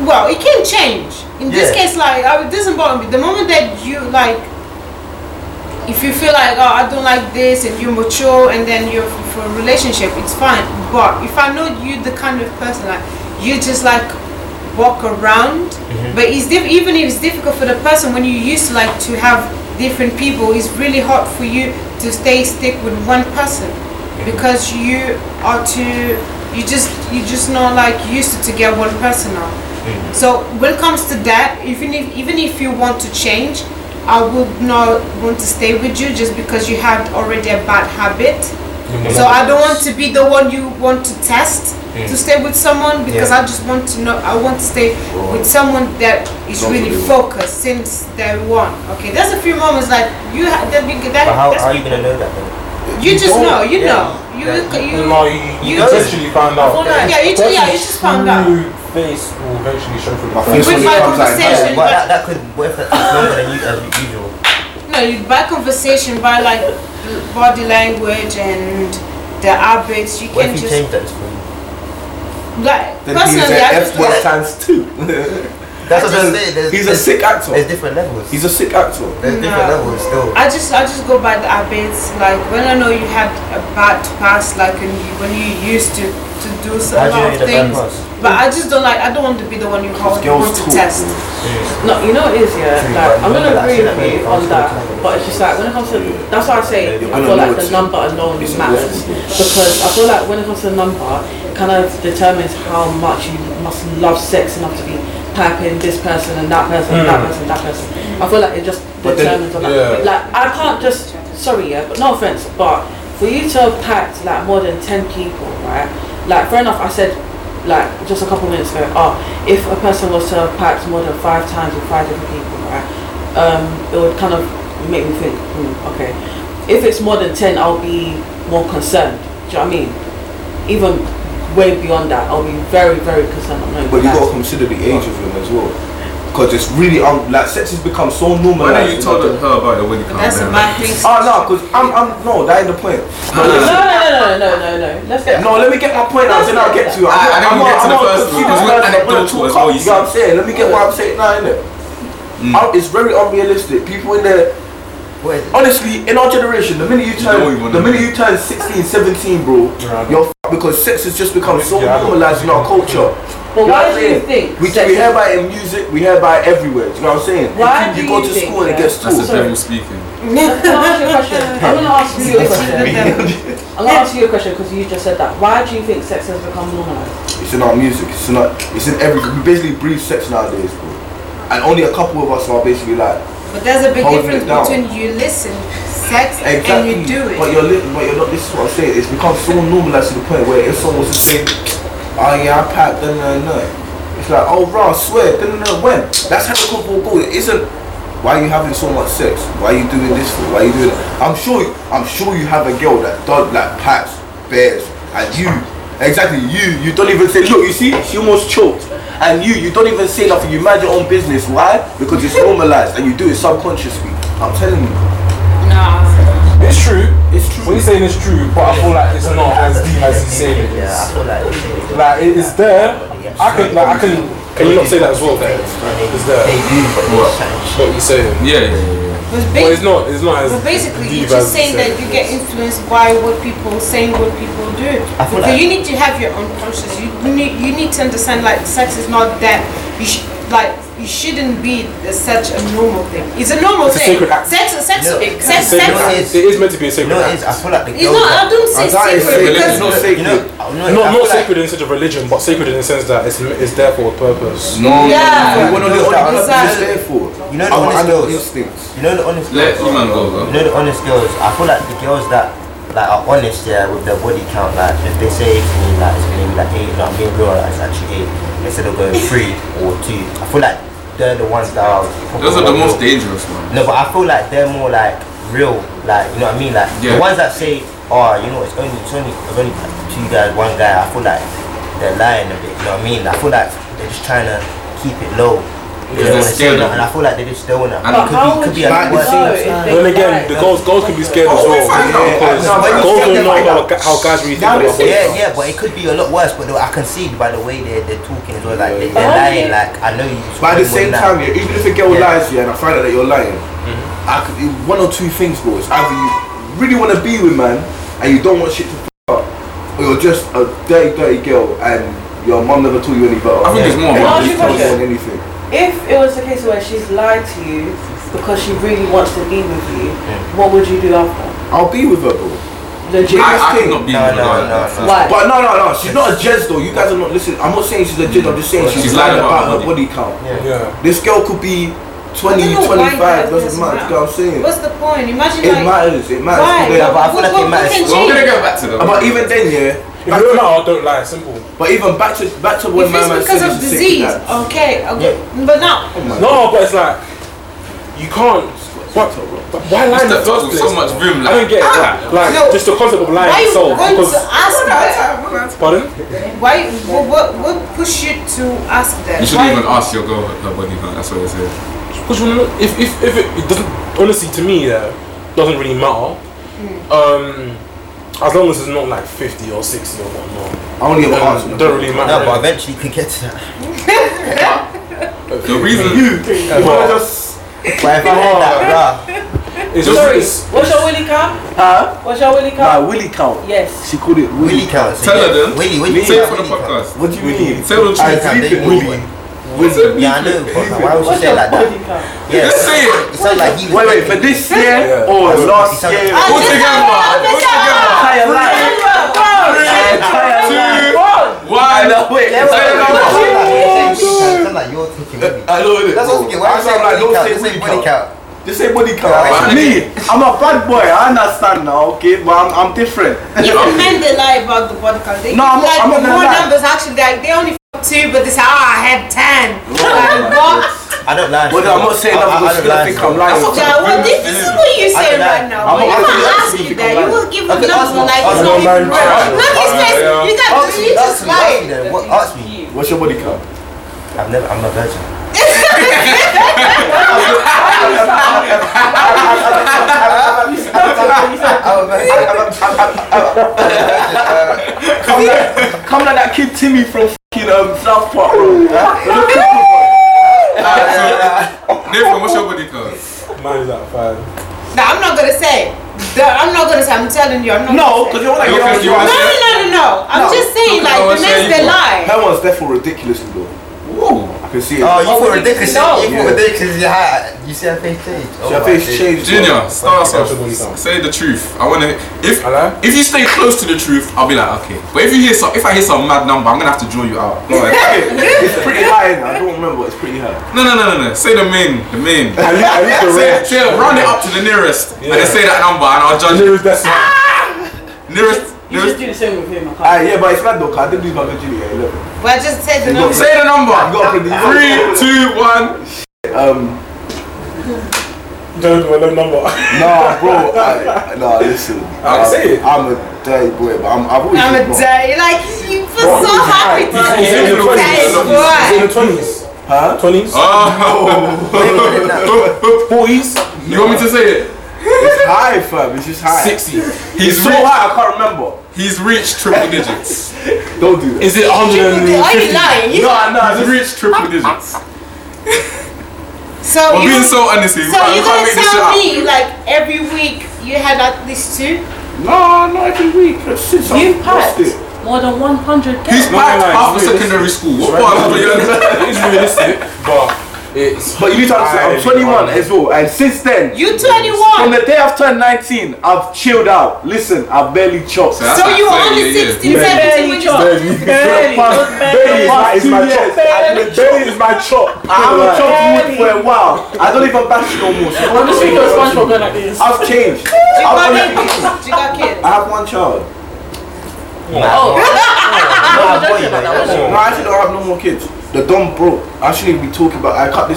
[SPEAKER 6] well it can change. In this
[SPEAKER 3] Yeah.
[SPEAKER 6] case, like I, it doesn't bother me. The moment that you like. If you feel like oh I don't like this and you're mature and then you're f- for a relationship, it's fine. But if I know you the kind of person like you just like walk around, but it's diff- even if it's difficult for the person when you used to like to have different people, it's really hard for you to stay stick with one person because you are too you just you just not like used to, to get one person now. So when it comes to that, even if even if you want to change, I would not want to stay with you just because you had already a bad habit. So I don't want to be the one you want to test to stay with someone because I just want to know I want to stay with someone that is really focused since day one. Okay, there's a few moments like you ha- that, that
[SPEAKER 3] But how
[SPEAKER 6] that's,
[SPEAKER 3] are you gonna know that though?
[SPEAKER 6] you just
[SPEAKER 2] don't-
[SPEAKER 6] know you
[SPEAKER 3] yeah.
[SPEAKER 6] know you you,
[SPEAKER 2] No, you, you,
[SPEAKER 6] You-
[SPEAKER 2] eventually found out.
[SPEAKER 6] yeah you just, yeah you just found out.
[SPEAKER 2] True face will eventually show through
[SPEAKER 4] My
[SPEAKER 2] the
[SPEAKER 4] face
[SPEAKER 2] face.
[SPEAKER 4] was-
[SPEAKER 6] With my
[SPEAKER 4] comes like that.
[SPEAKER 6] conversation,
[SPEAKER 3] But
[SPEAKER 6] but
[SPEAKER 3] that, that could, what if that's longer than you, as usual?
[SPEAKER 6] No, you- by conversation, by like l- body language and the habits, you can
[SPEAKER 3] What if you
[SPEAKER 6] just
[SPEAKER 3] change that for you?
[SPEAKER 6] like
[SPEAKER 4] Then he's
[SPEAKER 6] personally.
[SPEAKER 4] an
[SPEAKER 6] I just
[SPEAKER 4] F word
[SPEAKER 6] like,
[SPEAKER 4] times two.
[SPEAKER 3] That's what
[SPEAKER 4] He's
[SPEAKER 3] I'm
[SPEAKER 4] a-
[SPEAKER 3] saying. There's,
[SPEAKER 4] He's a
[SPEAKER 3] there's,
[SPEAKER 4] sick
[SPEAKER 3] There's
[SPEAKER 4] actor.
[SPEAKER 3] different levels.
[SPEAKER 4] He's a sick actor.
[SPEAKER 3] there's different
[SPEAKER 6] No.
[SPEAKER 3] levels still.
[SPEAKER 6] I just I just go by the habits. Like when I know you had a bad past, like and you, when you used to to do so- a
[SPEAKER 3] How do you
[SPEAKER 6] lot
[SPEAKER 3] know
[SPEAKER 6] of
[SPEAKER 3] the bad
[SPEAKER 6] things.
[SPEAKER 3] past?
[SPEAKER 6] But I just don't like. I don't want to be the one you hold
[SPEAKER 4] girls
[SPEAKER 6] want to
[SPEAKER 4] talk.
[SPEAKER 6] test.
[SPEAKER 5] No, you know what it is, yeah.
[SPEAKER 3] True,
[SPEAKER 5] Like,
[SPEAKER 3] but
[SPEAKER 5] I'm gonna
[SPEAKER 3] remember that shit
[SPEAKER 5] agree
[SPEAKER 3] that
[SPEAKER 5] with
[SPEAKER 3] made
[SPEAKER 5] you
[SPEAKER 3] it
[SPEAKER 5] on
[SPEAKER 3] faster
[SPEAKER 5] that,
[SPEAKER 3] to
[SPEAKER 5] but it's just like when it comes to that's why I say
[SPEAKER 4] You're
[SPEAKER 5] I
[SPEAKER 4] gonna
[SPEAKER 5] feel
[SPEAKER 4] know
[SPEAKER 5] like
[SPEAKER 4] it's-
[SPEAKER 5] the number alone
[SPEAKER 4] it's
[SPEAKER 5] matters because I feel like when it comes to the number, it kind of determines how much you must love sex enough to be typing this person and that person and that person and that person. I feel like it just
[SPEAKER 4] But then-
[SPEAKER 5] determines on that.
[SPEAKER 2] yeah.
[SPEAKER 5] Like I can't just sorry, yeah, but no offense, but for you to have packed like more than ten people, right? Like fair enough, I said like just a couple minutes ago, oh, if a person was to have packed more than five times with five different people, right? Um, it would kind of make me think, hmm, okay. If it's more than ten, I'll be more concerned. Do you know what I mean? Even way beyond that, I'll be very, very concerned. I'm not even
[SPEAKER 4] But you
[SPEAKER 5] lying.
[SPEAKER 4] gotta consider the age of him as well. Because it's really, um, like, sex has become so normalized.
[SPEAKER 1] Why don't you
[SPEAKER 4] in
[SPEAKER 1] tell
[SPEAKER 4] the-
[SPEAKER 1] her about the Winnie
[SPEAKER 6] But that's a bad thing.
[SPEAKER 4] Oh no, because I'm, I'm no, that ain't the point.
[SPEAKER 5] no, no, no, no, no, no, no. Let's get.
[SPEAKER 4] No, let me get my point out, then I'll get to it.
[SPEAKER 1] I- I
[SPEAKER 4] I'm
[SPEAKER 1] didn't get to the
[SPEAKER 4] I'm
[SPEAKER 1] first one,
[SPEAKER 4] confused
[SPEAKER 1] 'cause
[SPEAKER 4] about
[SPEAKER 1] it's
[SPEAKER 4] that, but
[SPEAKER 1] anecdotal
[SPEAKER 4] two
[SPEAKER 1] as well,
[SPEAKER 4] cups,
[SPEAKER 1] you Mm.
[SPEAKER 4] You know what I'm saying? Let me get what I'm saying now, innit? Um, it's very unrealistic. People in there,
[SPEAKER 3] What is it?
[SPEAKER 4] honestly, in our generation, the minute you
[SPEAKER 1] know what you
[SPEAKER 4] turn,
[SPEAKER 1] wanna
[SPEAKER 4] the
[SPEAKER 1] do.
[SPEAKER 4] minute you turn 16, 17, bro,
[SPEAKER 2] Yeah, I know.
[SPEAKER 4] you're f- because sex has just become so
[SPEAKER 2] Yeah, I know.
[SPEAKER 4] normalized in our culture.
[SPEAKER 5] But
[SPEAKER 4] You know what
[SPEAKER 5] why
[SPEAKER 4] I'm
[SPEAKER 5] do you
[SPEAKER 4] saying?
[SPEAKER 5] think?
[SPEAKER 4] We,
[SPEAKER 5] sex
[SPEAKER 4] we
[SPEAKER 5] is-
[SPEAKER 4] hear about it in music, we hear about it everywhere. Do you know what I'm saying?
[SPEAKER 5] Why
[SPEAKER 4] you,
[SPEAKER 5] do
[SPEAKER 4] go
[SPEAKER 5] you
[SPEAKER 4] to
[SPEAKER 5] think
[SPEAKER 4] school and it
[SPEAKER 5] that?
[SPEAKER 4] gets
[SPEAKER 1] That's
[SPEAKER 4] taught.
[SPEAKER 1] the devil speaking.
[SPEAKER 5] Can I ask you a question? I'm gonna ask you a question. I'm gonna ask you a question because you just said that. Why do you think sex has become normalized?
[SPEAKER 4] It's in our music. It's in our, It's in everything. We basically breathe sex nowadays, bro. And only a couple of us are basically like
[SPEAKER 6] But there's a big
[SPEAKER 4] Holding
[SPEAKER 6] difference
[SPEAKER 4] it down.
[SPEAKER 6] between you listen, sex,
[SPEAKER 4] exactly.
[SPEAKER 6] and you do it.
[SPEAKER 4] But you're li- but you're not. This is what I'm saying. It's become so normalized to the point where if someone was to say, "Oh yeah, I packed," then no, no. It's like, oh bro, I swear, then no, when? That's how the couple go. It isn't. Why are you having so much sex? Why are you doing this for? Why are you doing that? I'm sure. I'm sure you have a girl that does like packs, bears, and you. Exactly, you. You don't even say. Look, you see, she almost choked. And you, you don't even say nothing. You mind your own business. Why? Because it's normalized, and you do it subconsciously. I'm telling you.
[SPEAKER 6] Nah.
[SPEAKER 2] It's true.
[SPEAKER 4] It's true.
[SPEAKER 2] What he's saying is true, but I feel like it's not as deep as he's saying it
[SPEAKER 3] Yeah, I
[SPEAKER 2] is.
[SPEAKER 3] feel like it's really
[SPEAKER 2] Like it is there. I can, like, I can. Can you not say that as well? Ben? It's there.
[SPEAKER 3] They do, but
[SPEAKER 2] What?
[SPEAKER 3] it's shiny shit.
[SPEAKER 2] What you saying?
[SPEAKER 1] Yeah, yeah, yeah. yeah.
[SPEAKER 6] Because
[SPEAKER 2] But
[SPEAKER 6] ba-
[SPEAKER 2] it's not. It's not as.
[SPEAKER 6] but basically,
[SPEAKER 2] deep
[SPEAKER 6] you're just
[SPEAKER 2] as
[SPEAKER 6] saying that you get influenced by what people saying, what people do.
[SPEAKER 3] I feel
[SPEAKER 6] Because
[SPEAKER 3] like-
[SPEAKER 6] you need to have your own conscience. You need you need to understand like sex is not that you sh- like you shouldn't be such a normal thing. It's a normal
[SPEAKER 2] It's a
[SPEAKER 6] thing.
[SPEAKER 2] sacred act.
[SPEAKER 6] Sex, sex, sex,
[SPEAKER 3] No, it's
[SPEAKER 2] It's
[SPEAKER 6] sex,
[SPEAKER 2] a sacred
[SPEAKER 3] No,
[SPEAKER 2] act.
[SPEAKER 3] it's-
[SPEAKER 2] It is meant to be a
[SPEAKER 3] You
[SPEAKER 2] sacred
[SPEAKER 3] know,
[SPEAKER 2] act.
[SPEAKER 3] it's, I feel like the
[SPEAKER 6] It's
[SPEAKER 3] girls.
[SPEAKER 6] not. I
[SPEAKER 3] that-
[SPEAKER 6] don't say sacred because
[SPEAKER 1] not sacred.
[SPEAKER 3] You know, I- no, I
[SPEAKER 2] Not,
[SPEAKER 3] feel
[SPEAKER 2] not
[SPEAKER 3] like-
[SPEAKER 2] sacred in the sense of religion, but sacred in the sense that it's, it's there for a purpose.
[SPEAKER 1] No,
[SPEAKER 6] yeah.
[SPEAKER 4] You wanna know what
[SPEAKER 3] Exactly.
[SPEAKER 4] the honest there for?
[SPEAKER 3] You know the
[SPEAKER 4] Our
[SPEAKER 3] honest
[SPEAKER 4] animal
[SPEAKER 3] girls.
[SPEAKER 4] instincts.
[SPEAKER 3] You know the honest
[SPEAKER 1] let
[SPEAKER 3] girls.
[SPEAKER 1] Iman go, bro.
[SPEAKER 3] You know the honest girls. I feel like the girls that like are honest yeah with their body count. Like if they say to me like it's gonna be like eight, like being real, like it's actually eight instead of going three or two. I feel like they're the ones that are. probably
[SPEAKER 1] Those are the
[SPEAKER 3] more
[SPEAKER 1] most
[SPEAKER 3] real.
[SPEAKER 1] dangerous ones.
[SPEAKER 3] No, but I feel like they're more like real, like you know what I mean, like
[SPEAKER 1] Yeah.
[SPEAKER 3] the ones that say, oh, you know, it's only it's only it's only like two guys, one guy. I feel like they're lying a bit. You know what I mean? I feel like they're just trying to keep it low. They
[SPEAKER 1] Because they're
[SPEAKER 3] don't want to say
[SPEAKER 1] scared of
[SPEAKER 3] nothing.
[SPEAKER 1] it.
[SPEAKER 3] I feel like they just don't want to.
[SPEAKER 1] And it could
[SPEAKER 5] how
[SPEAKER 3] be- could
[SPEAKER 5] would
[SPEAKER 3] be
[SPEAKER 5] you
[SPEAKER 3] a
[SPEAKER 5] know
[SPEAKER 3] bad thing.
[SPEAKER 5] if they
[SPEAKER 2] Then again,
[SPEAKER 5] lie?
[SPEAKER 2] the girls girls can be scared as
[SPEAKER 1] Oh,
[SPEAKER 2] well.
[SPEAKER 1] we find out.
[SPEAKER 2] Because
[SPEAKER 3] No, but
[SPEAKER 2] girls
[SPEAKER 3] you said
[SPEAKER 2] don't know
[SPEAKER 3] they
[SPEAKER 2] how,
[SPEAKER 3] find
[SPEAKER 2] ga- how guys really think
[SPEAKER 3] Yeah,
[SPEAKER 2] about body
[SPEAKER 3] yeah,
[SPEAKER 2] count.
[SPEAKER 3] but it could be a lot worse. But though I can see by the way they're, they're talking as well, like they-
[SPEAKER 5] Oh,
[SPEAKER 3] they're lying.
[SPEAKER 5] yeah.
[SPEAKER 3] Like I know you.
[SPEAKER 4] But at the same time, yeah, even if a girl
[SPEAKER 3] Yeah. Mm-hmm.
[SPEAKER 4] lies to you and I find out that you're lying, I could, it- one or two things, bro. It's either you really want to be with man and you don't want shit to f- up, or you're just a dirty, dirty girl and your mum never told you any better.
[SPEAKER 1] I think it's more
[SPEAKER 4] And
[SPEAKER 1] about
[SPEAKER 5] Yeah.
[SPEAKER 4] you
[SPEAKER 5] Yeah.
[SPEAKER 4] don't want anything.
[SPEAKER 5] If it was the case where she's lied to you because she really wants to be with you, what would you do after?
[SPEAKER 4] I'll be with her, bro.
[SPEAKER 5] Legit.
[SPEAKER 4] Yeah.
[SPEAKER 1] I, I could not be
[SPEAKER 3] No,
[SPEAKER 1] with
[SPEAKER 3] no,
[SPEAKER 1] her.
[SPEAKER 3] no, no.
[SPEAKER 5] Why?
[SPEAKER 4] But no, no, no. She's not a jez though. You guys are not listening. I'm not saying she's a jez. I'm just saying she's,
[SPEAKER 1] She's
[SPEAKER 4] lying
[SPEAKER 1] lying
[SPEAKER 4] about,
[SPEAKER 1] about
[SPEAKER 4] her
[SPEAKER 1] her
[SPEAKER 4] body count.
[SPEAKER 2] Yeah.
[SPEAKER 4] This girl could be 20,
[SPEAKER 6] I don't know why
[SPEAKER 4] 25.
[SPEAKER 6] guys
[SPEAKER 4] Doesn't matter.
[SPEAKER 6] mess
[SPEAKER 4] You
[SPEAKER 6] around.
[SPEAKER 4] know what I'm saying?
[SPEAKER 6] What's the point? Imagine
[SPEAKER 4] It
[SPEAKER 6] like
[SPEAKER 4] matters. It matters.
[SPEAKER 6] why?
[SPEAKER 4] Yeah, but,
[SPEAKER 3] I feel
[SPEAKER 6] What-
[SPEAKER 3] like
[SPEAKER 6] what-
[SPEAKER 3] it
[SPEAKER 6] what
[SPEAKER 3] matters.
[SPEAKER 6] can
[SPEAKER 1] Well, I'm gonna
[SPEAKER 6] change?
[SPEAKER 1] go back to that.
[SPEAKER 4] but even then, yeah.
[SPEAKER 2] If you don't know, I don't lie. Simple.
[SPEAKER 4] But even back to back to when
[SPEAKER 6] If
[SPEAKER 4] my
[SPEAKER 6] it's
[SPEAKER 4] man
[SPEAKER 6] because
[SPEAKER 4] said
[SPEAKER 6] of
[SPEAKER 4] he's sick
[SPEAKER 6] disease,
[SPEAKER 4] and
[SPEAKER 6] Oh.
[SPEAKER 4] that.
[SPEAKER 6] okay, okay. But now,
[SPEAKER 2] No, but it's like you can't. What, but why lie in the
[SPEAKER 1] It's
[SPEAKER 2] first
[SPEAKER 1] the-
[SPEAKER 2] place?
[SPEAKER 1] so much room,
[SPEAKER 2] I
[SPEAKER 1] like,
[SPEAKER 2] don't get it. Like, like,
[SPEAKER 6] No.
[SPEAKER 2] just the concept of lying
[SPEAKER 6] Ah! why you
[SPEAKER 2] itself.
[SPEAKER 6] going to
[SPEAKER 2] Because,
[SPEAKER 6] ask that?
[SPEAKER 2] pardon?
[SPEAKER 6] Why? What, what? What push you to ask that?
[SPEAKER 1] You shouldn't
[SPEAKER 6] Why-
[SPEAKER 1] even ask your girl her body count. That's what they say.
[SPEAKER 2] Because you know, if, if, if it, it doesn't, honestly, to me, yeah, doesn't really matter.
[SPEAKER 6] Hmm.
[SPEAKER 2] Um, as long as it's not like 50 or 60 or whatnot,
[SPEAKER 4] I only ever asked
[SPEAKER 2] um,
[SPEAKER 4] him.
[SPEAKER 2] don't really matter.
[SPEAKER 3] No, but eventually you can get to that.
[SPEAKER 1] The reason
[SPEAKER 2] Yeah, but
[SPEAKER 3] But if I had that, bruh,
[SPEAKER 2] it's just,
[SPEAKER 5] Sorry,
[SPEAKER 2] it's,
[SPEAKER 5] what's your willy count?
[SPEAKER 4] Huh?
[SPEAKER 5] What's your willy
[SPEAKER 4] My
[SPEAKER 5] count?
[SPEAKER 4] Willie count.
[SPEAKER 5] Yes.
[SPEAKER 4] She called it Willie.
[SPEAKER 3] Willie counts.
[SPEAKER 1] tell her
[SPEAKER 3] yeah.
[SPEAKER 1] then,
[SPEAKER 3] Willie, Willie.
[SPEAKER 1] say it for
[SPEAKER 3] counts,
[SPEAKER 1] the
[SPEAKER 3] Willie counts.
[SPEAKER 1] podcast.
[SPEAKER 4] What do you mean?
[SPEAKER 1] Tell the truth.
[SPEAKER 4] I sleep
[SPEAKER 3] can't do
[SPEAKER 4] with
[SPEAKER 3] Willie.
[SPEAKER 4] Willie.
[SPEAKER 3] Yeah, I know. but Why would you
[SPEAKER 5] What's
[SPEAKER 3] say it
[SPEAKER 5] your
[SPEAKER 3] like that?
[SPEAKER 5] body count?
[SPEAKER 3] Yeah.
[SPEAKER 1] Just say it.
[SPEAKER 3] It sounds like he was
[SPEAKER 4] Wait, wait. For
[SPEAKER 3] thinking-
[SPEAKER 4] this year
[SPEAKER 2] Yeah.
[SPEAKER 4] or
[SPEAKER 3] Yeah.
[SPEAKER 4] last
[SPEAKER 3] Yeah.
[SPEAKER 4] year?
[SPEAKER 3] I
[SPEAKER 1] All together. All together.
[SPEAKER 4] Entire life.
[SPEAKER 1] Two,
[SPEAKER 4] I
[SPEAKER 1] one.
[SPEAKER 4] know. Wait.
[SPEAKER 1] Say it
[SPEAKER 3] Yeah, wait, wait, wait,
[SPEAKER 1] now.
[SPEAKER 3] wait, wait, wait, wait. Sound like you're thinking Willie.
[SPEAKER 4] I know it.
[SPEAKER 3] That's what I'm thinking. Why
[SPEAKER 4] I
[SPEAKER 3] you say
[SPEAKER 4] sound like don't
[SPEAKER 3] Willie count?
[SPEAKER 4] say
[SPEAKER 3] Just say
[SPEAKER 4] Willie
[SPEAKER 3] Willie
[SPEAKER 4] count.
[SPEAKER 3] count.
[SPEAKER 4] Just say body count.
[SPEAKER 3] Right.
[SPEAKER 4] Me, I'm a bad boy. I understand now, okay? But I'm, I'm different.
[SPEAKER 6] Even men they lie about the body count. They
[SPEAKER 4] No, I'm not-
[SPEAKER 6] like
[SPEAKER 4] I'm not gonna
[SPEAKER 6] more
[SPEAKER 4] lie.
[SPEAKER 6] numbers actually. Like they only f- two, but they say, oh, I had ten. Like what?
[SPEAKER 3] I don't lie.
[SPEAKER 4] But I'm not saying
[SPEAKER 3] I- I-
[SPEAKER 4] that
[SPEAKER 3] I
[SPEAKER 4] because
[SPEAKER 3] don't
[SPEAKER 4] people
[SPEAKER 3] lie,
[SPEAKER 4] think
[SPEAKER 3] so-
[SPEAKER 4] I'm lying.
[SPEAKER 6] Yeah, well, this, this is what you're
[SPEAKER 3] I
[SPEAKER 6] saying
[SPEAKER 3] don't
[SPEAKER 6] right
[SPEAKER 3] lie.
[SPEAKER 6] now.
[SPEAKER 4] I'm not
[SPEAKER 6] But if I
[SPEAKER 4] asking
[SPEAKER 6] ask
[SPEAKER 4] you
[SPEAKER 6] you
[SPEAKER 4] if
[SPEAKER 6] that,
[SPEAKER 4] you
[SPEAKER 6] you
[SPEAKER 4] can
[SPEAKER 6] will give a
[SPEAKER 3] Okay, ask
[SPEAKER 6] number
[SPEAKER 3] me.
[SPEAKER 6] like
[SPEAKER 3] Ask
[SPEAKER 6] it's
[SPEAKER 3] me.
[SPEAKER 6] not even
[SPEAKER 2] Ask me.
[SPEAKER 6] real. Look, it's just
[SPEAKER 2] Ask me.
[SPEAKER 6] you got
[SPEAKER 3] Ask me.
[SPEAKER 6] you
[SPEAKER 3] Ask
[SPEAKER 6] just
[SPEAKER 3] me. Ask me
[SPEAKER 6] lying.
[SPEAKER 3] then. What? Ask me.
[SPEAKER 4] What's your body count?
[SPEAKER 3] I've never. I'm a virgin. I'm a virgin.
[SPEAKER 4] Come like, come like that kid Timmy from fucking um, South Park, bro.
[SPEAKER 1] Nathan, what's your body count?
[SPEAKER 2] mine is like five.
[SPEAKER 6] No, I'm not gonna say. Duh, I'm not gonna say. I'm telling you, I'm not.
[SPEAKER 4] No,
[SPEAKER 6] gonna
[SPEAKER 4] because
[SPEAKER 6] say.
[SPEAKER 4] you're like,
[SPEAKER 1] You
[SPEAKER 4] you're,
[SPEAKER 1] think you
[SPEAKER 4] you're,
[SPEAKER 6] no,
[SPEAKER 1] are-
[SPEAKER 6] no, no, no, no. I'm
[SPEAKER 4] No,
[SPEAKER 6] just saying,
[SPEAKER 1] look at
[SPEAKER 6] like
[SPEAKER 1] how I
[SPEAKER 6] the
[SPEAKER 1] say
[SPEAKER 6] men
[SPEAKER 1] you
[SPEAKER 6] they
[SPEAKER 1] are.
[SPEAKER 6] lie.
[SPEAKER 4] her one's therefore ridiculously though. I can see it.
[SPEAKER 3] Oh, you feel ridiculous.
[SPEAKER 5] No.
[SPEAKER 3] You feel
[SPEAKER 4] Yeah.
[SPEAKER 3] ridiculous. Yeah, you see her face change. Oh,
[SPEAKER 4] Your
[SPEAKER 3] my
[SPEAKER 4] face
[SPEAKER 3] days.
[SPEAKER 4] changed.
[SPEAKER 1] Junior, start us
[SPEAKER 2] What's your body count?
[SPEAKER 1] off. Say the truth. I wanna. If
[SPEAKER 2] Hello?
[SPEAKER 1] if you stay close to the truth, I'll be like okay. But if you hear some, if I hear some mad number, I'm gonna have to draw you out. Go ahead.
[SPEAKER 4] It's pretty high now. I don't remember. It's pretty high.
[SPEAKER 1] No, no, no, no, no. Say the main, the main.
[SPEAKER 2] I leave, I leave the
[SPEAKER 1] Say it,
[SPEAKER 2] range.
[SPEAKER 1] say it, round it up to the nearest, and then
[SPEAKER 2] Yeah.
[SPEAKER 1] say that number, and I'll judge
[SPEAKER 2] Nearest
[SPEAKER 1] it.
[SPEAKER 2] decimal.
[SPEAKER 1] Nearest,
[SPEAKER 5] You just
[SPEAKER 1] nearest.
[SPEAKER 5] do the same with him,
[SPEAKER 4] Ah,
[SPEAKER 5] I can't.
[SPEAKER 4] yeah, but it's mad though. 'cause I did lose my virginity at 11.
[SPEAKER 6] But I just said
[SPEAKER 4] You
[SPEAKER 6] the number.
[SPEAKER 4] got-
[SPEAKER 1] Say the
[SPEAKER 4] You got
[SPEAKER 1] number.
[SPEAKER 4] pretty.
[SPEAKER 1] Three, two, one.
[SPEAKER 4] Um,
[SPEAKER 2] Don't do a low number.
[SPEAKER 4] nah, bro. I, nah, listen.
[SPEAKER 2] I'll say it.
[SPEAKER 4] I'm a dirty boy, but I'm, I've always
[SPEAKER 6] I'm a
[SPEAKER 4] been wrong.
[SPEAKER 6] day. Like you feel so happy to
[SPEAKER 2] He's
[SPEAKER 6] say
[SPEAKER 2] in the
[SPEAKER 6] that,
[SPEAKER 2] 20s. He's in the
[SPEAKER 6] boy.
[SPEAKER 2] 20s.
[SPEAKER 4] Huh?
[SPEAKER 2] 20s?
[SPEAKER 1] Oh.
[SPEAKER 2] 40s?
[SPEAKER 1] you want me to say it?
[SPEAKER 4] It's high, fam. It's just high.
[SPEAKER 2] 60s?
[SPEAKER 1] He's
[SPEAKER 4] So
[SPEAKER 1] reached.
[SPEAKER 4] high, I can't remember.
[SPEAKER 1] He's reached triple digits.
[SPEAKER 4] Don't do that.
[SPEAKER 2] Is it
[SPEAKER 6] Triple D- Are
[SPEAKER 2] 150?
[SPEAKER 6] you lying? You
[SPEAKER 4] No, no,
[SPEAKER 1] He's reached triple digits.
[SPEAKER 6] So
[SPEAKER 1] We're
[SPEAKER 6] you
[SPEAKER 1] being so honest here.
[SPEAKER 6] so
[SPEAKER 1] we can't, we
[SPEAKER 6] you're
[SPEAKER 1] can't
[SPEAKER 6] gonna
[SPEAKER 1] make this shit
[SPEAKER 6] tell
[SPEAKER 1] up.
[SPEAKER 6] me like every week you had at least two?
[SPEAKER 7] No, not every week. Since
[SPEAKER 4] Oh,
[SPEAKER 5] You
[SPEAKER 7] I've lost it.
[SPEAKER 5] packed more than 100
[SPEAKER 1] He's
[SPEAKER 5] games.
[SPEAKER 7] No, no,
[SPEAKER 1] back
[SPEAKER 7] no, it's
[SPEAKER 1] after
[SPEAKER 7] realistic.
[SPEAKER 1] secondary school.
[SPEAKER 2] It's
[SPEAKER 1] What part of
[SPEAKER 2] realistic.
[SPEAKER 1] the
[SPEAKER 2] It is realistic, but it's.
[SPEAKER 4] But you need to understand, I'm 21
[SPEAKER 2] highly
[SPEAKER 4] as well, and since then,
[SPEAKER 6] You
[SPEAKER 4] from
[SPEAKER 6] 21.
[SPEAKER 4] the day I've turned 19, I've chilled out. Listen, I've barely chopped.
[SPEAKER 1] So that's
[SPEAKER 6] So
[SPEAKER 1] like
[SPEAKER 6] you were
[SPEAKER 1] 30
[SPEAKER 6] only
[SPEAKER 1] a year.
[SPEAKER 6] 16, 17 when you started.
[SPEAKER 4] Barely, barely is my, is my chop.
[SPEAKER 2] Barely is my chop.
[SPEAKER 4] I haven't chopped wood for a while. I don't even bash no more. So
[SPEAKER 8] I'm just thinking of SpongeBob going like this.
[SPEAKER 4] I've changed.
[SPEAKER 6] You got
[SPEAKER 4] I've, only-
[SPEAKER 6] kids. You got kids.
[SPEAKER 4] I have one child. No, I actually don't have no more kids. The dumb broke. I shouldn't even be talking about. I cut this.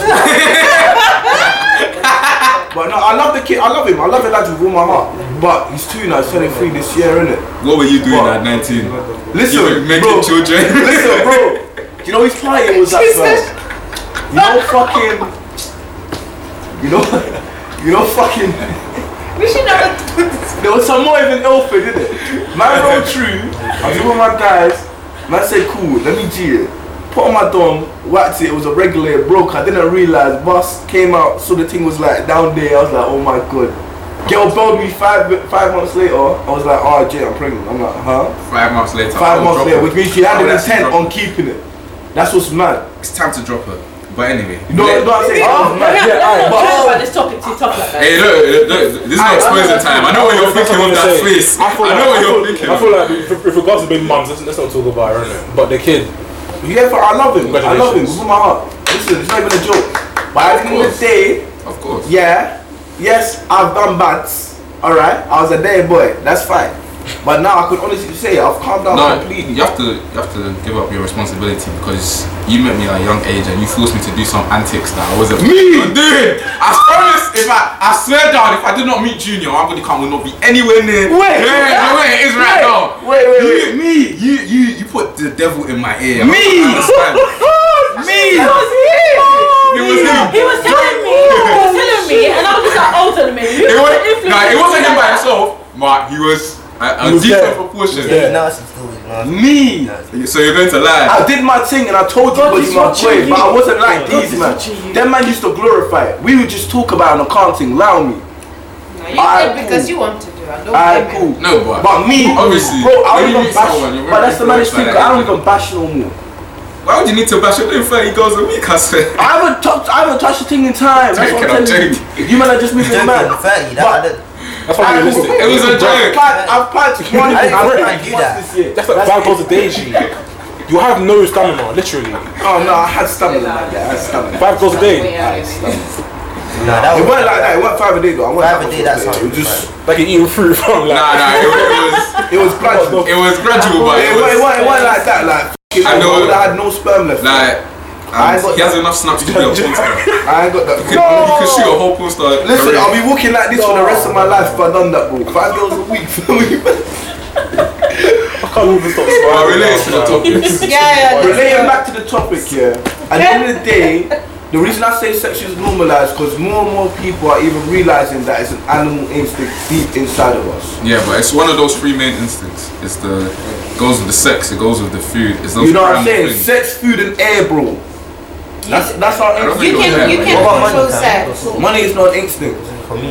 [SPEAKER 4] but no, I love the kid. I love him. I love the lad with all my heart. But he's two now. He's turning three this year, isn't it?
[SPEAKER 1] What were you doing at
[SPEAKER 4] What?
[SPEAKER 1] 19? You were
[SPEAKER 4] Listen,
[SPEAKER 1] making
[SPEAKER 4] bro.
[SPEAKER 1] children.
[SPEAKER 4] Listen, bro. You know his client was that first. You know fucking. You know. You know fucking.
[SPEAKER 6] We should never
[SPEAKER 4] There was some more even Ilford, didn't it? Man rolled through. I was with my guys. Man said, "Cool, let me G it." Put on my dom, whacked it. It was a regular. It broke. I didn't realize. Bus came out, so the thing was like down there. I was like, "Oh my god." Girl bailed me five five months later. I was like, "Oh, Jay, I'm pregnant." I'm like, "Huh?"
[SPEAKER 1] Five months later.
[SPEAKER 4] Five
[SPEAKER 1] I'll
[SPEAKER 4] months
[SPEAKER 1] drop
[SPEAKER 4] later,
[SPEAKER 1] her.
[SPEAKER 4] which means she had
[SPEAKER 1] I would
[SPEAKER 4] an
[SPEAKER 1] actually
[SPEAKER 4] intent
[SPEAKER 1] drop
[SPEAKER 4] on keeping Oh, it. That's what's mad.
[SPEAKER 1] her. It's time to drop her. But anyway.
[SPEAKER 4] You know,
[SPEAKER 1] let-
[SPEAKER 4] you know what I'm saying? Oh, mad.
[SPEAKER 5] Yeah, let's not
[SPEAKER 4] But-
[SPEAKER 5] talk about this topic too tough like that.
[SPEAKER 1] Hey, look, look, look, this is not exposing time. I know what you're
[SPEAKER 2] That's
[SPEAKER 1] thinking
[SPEAKER 2] I'm
[SPEAKER 1] on
[SPEAKER 2] gonna
[SPEAKER 1] that
[SPEAKER 2] say.
[SPEAKER 1] face. I,
[SPEAKER 2] feel like-
[SPEAKER 1] know what
[SPEAKER 2] feel-
[SPEAKER 1] you're thinking.
[SPEAKER 2] I feel like, with, with regards to baby mums, let's, let's not talk about her, innit? But the kid,
[SPEAKER 4] Yeah, but I love him. I love
[SPEAKER 2] Congratulations.
[SPEAKER 4] him with all my heart. Listen, it's not even a joke. But at the end of the day,
[SPEAKER 1] of course.
[SPEAKER 4] yeah, yes, I've done bats. All right, I was a day boy. That's fine. But now I could honestly say I've calmed down
[SPEAKER 1] No,
[SPEAKER 4] completely.
[SPEAKER 1] you have to you have to give up your responsibility because you met me at a young age and you forced me to do some antics that I wasn't me doing. I promise, if I I swear down, if I did not meet Junior, my body count would not be anywhere near
[SPEAKER 4] Wait.
[SPEAKER 1] where, where it is right now.
[SPEAKER 4] Wait, wait, wait.
[SPEAKER 1] You, me, you, you, you put the devil in my ear. I
[SPEAKER 4] Me.
[SPEAKER 1] don't understand.
[SPEAKER 4] Me.
[SPEAKER 1] It was him.
[SPEAKER 5] He was telling me, he was telling me, and I was just like, oh, telling me. You
[SPEAKER 1] It was,
[SPEAKER 5] were the influence.
[SPEAKER 1] nah, it wasn't him by himself, Mark. He was a, a
[SPEAKER 2] was
[SPEAKER 1] decent
[SPEAKER 2] there.
[SPEAKER 1] proportion.
[SPEAKER 2] there.
[SPEAKER 4] Me.
[SPEAKER 1] So you're going to lie.
[SPEAKER 4] I did my thing and I told you
[SPEAKER 8] God
[SPEAKER 4] what
[SPEAKER 8] is
[SPEAKER 4] you my
[SPEAKER 8] watching
[SPEAKER 4] way,
[SPEAKER 8] you.
[SPEAKER 4] but I wasn't like
[SPEAKER 8] God
[SPEAKER 4] these
[SPEAKER 8] is watching
[SPEAKER 4] man.
[SPEAKER 8] you.
[SPEAKER 4] Them man used to glorify it. We would just talk about it on accounting, allow me.
[SPEAKER 6] No, you
[SPEAKER 4] Alright,
[SPEAKER 6] did because
[SPEAKER 4] cool.
[SPEAKER 6] you want to do. I don't
[SPEAKER 4] Alright,
[SPEAKER 6] blame you.
[SPEAKER 4] cool.
[SPEAKER 1] No, but
[SPEAKER 4] But me,
[SPEAKER 1] Obviously,
[SPEAKER 4] bro, I
[SPEAKER 1] when
[SPEAKER 4] don't
[SPEAKER 1] you
[SPEAKER 4] even
[SPEAKER 1] meet
[SPEAKER 4] bash.
[SPEAKER 1] someone, you're
[SPEAKER 4] but that's the
[SPEAKER 1] very
[SPEAKER 4] managed thing.
[SPEAKER 1] influenced by
[SPEAKER 4] 'cause I don't
[SPEAKER 1] that.
[SPEAKER 4] even bash no more.
[SPEAKER 1] Why would you need to bash? You're doing 30 girls a week, I swear.
[SPEAKER 4] I haven't touched. I haven't touched a thing in time. That's what
[SPEAKER 1] Joking, I'm
[SPEAKER 4] I'm telling you. You man are just moving mad.
[SPEAKER 2] that's not realistic.
[SPEAKER 1] It was a
[SPEAKER 4] I've
[SPEAKER 1] joke.
[SPEAKER 4] played. I've played one.
[SPEAKER 3] I didn't
[SPEAKER 4] I've
[SPEAKER 3] really
[SPEAKER 4] played
[SPEAKER 3] do
[SPEAKER 4] once
[SPEAKER 3] that.
[SPEAKER 4] this year.
[SPEAKER 2] That's like five goals a day, G. You have no stamina, literally.
[SPEAKER 4] Oh no, I had stamina. man. Yeah, I had stamina.
[SPEAKER 2] Five goals a day.
[SPEAKER 6] Yeah, yeah, yeah.
[SPEAKER 4] It weren't like that. It weren't five a day though. I went
[SPEAKER 3] Five a day, that's
[SPEAKER 4] it.
[SPEAKER 3] how
[SPEAKER 4] was just.
[SPEAKER 2] Like you're eating fruit from like.
[SPEAKER 1] Nah, nah, it, wa- it was
[SPEAKER 4] It was gradual. It
[SPEAKER 1] it was gradual, but
[SPEAKER 4] wa- it
[SPEAKER 1] it
[SPEAKER 4] wa- it
[SPEAKER 1] was
[SPEAKER 4] wasn't it wasn't like that. Like f-
[SPEAKER 1] I
[SPEAKER 4] I
[SPEAKER 1] know.
[SPEAKER 4] would have had no sperm left.
[SPEAKER 1] like
[SPEAKER 4] I
[SPEAKER 1] um,
[SPEAKER 4] got-
[SPEAKER 1] he has enough snaps to be a porn star. He
[SPEAKER 4] I ain't got that.
[SPEAKER 1] could, he could shoot a whole porn star.
[SPEAKER 4] Listen,
[SPEAKER 1] career.
[SPEAKER 4] I'll be walking like this for the rest of my life if I done that, bro. Five girls a week. feel me?
[SPEAKER 2] I can't even stop smiling.
[SPEAKER 1] But related to the
[SPEAKER 2] now, man.
[SPEAKER 1] topic.
[SPEAKER 6] yeah, yeah.
[SPEAKER 4] Relating back to the topic, yeah. At the end of the day, the reason I say sex is normalized because more and more people are even realizing that it's an animal instinct deep inside of us.
[SPEAKER 1] Yeah, but it's one of those three main instincts. It's the it goes with the sex, it goes with the food. It's those
[SPEAKER 4] you know what I'm
[SPEAKER 1] primal
[SPEAKER 4] saying?
[SPEAKER 1] things.
[SPEAKER 4] Sex, food, and air, bro. That's that's our
[SPEAKER 1] don't
[SPEAKER 4] instinct.
[SPEAKER 6] You can you
[SPEAKER 1] What
[SPEAKER 6] can
[SPEAKER 4] about
[SPEAKER 6] control sex.
[SPEAKER 4] Money is not an instinct.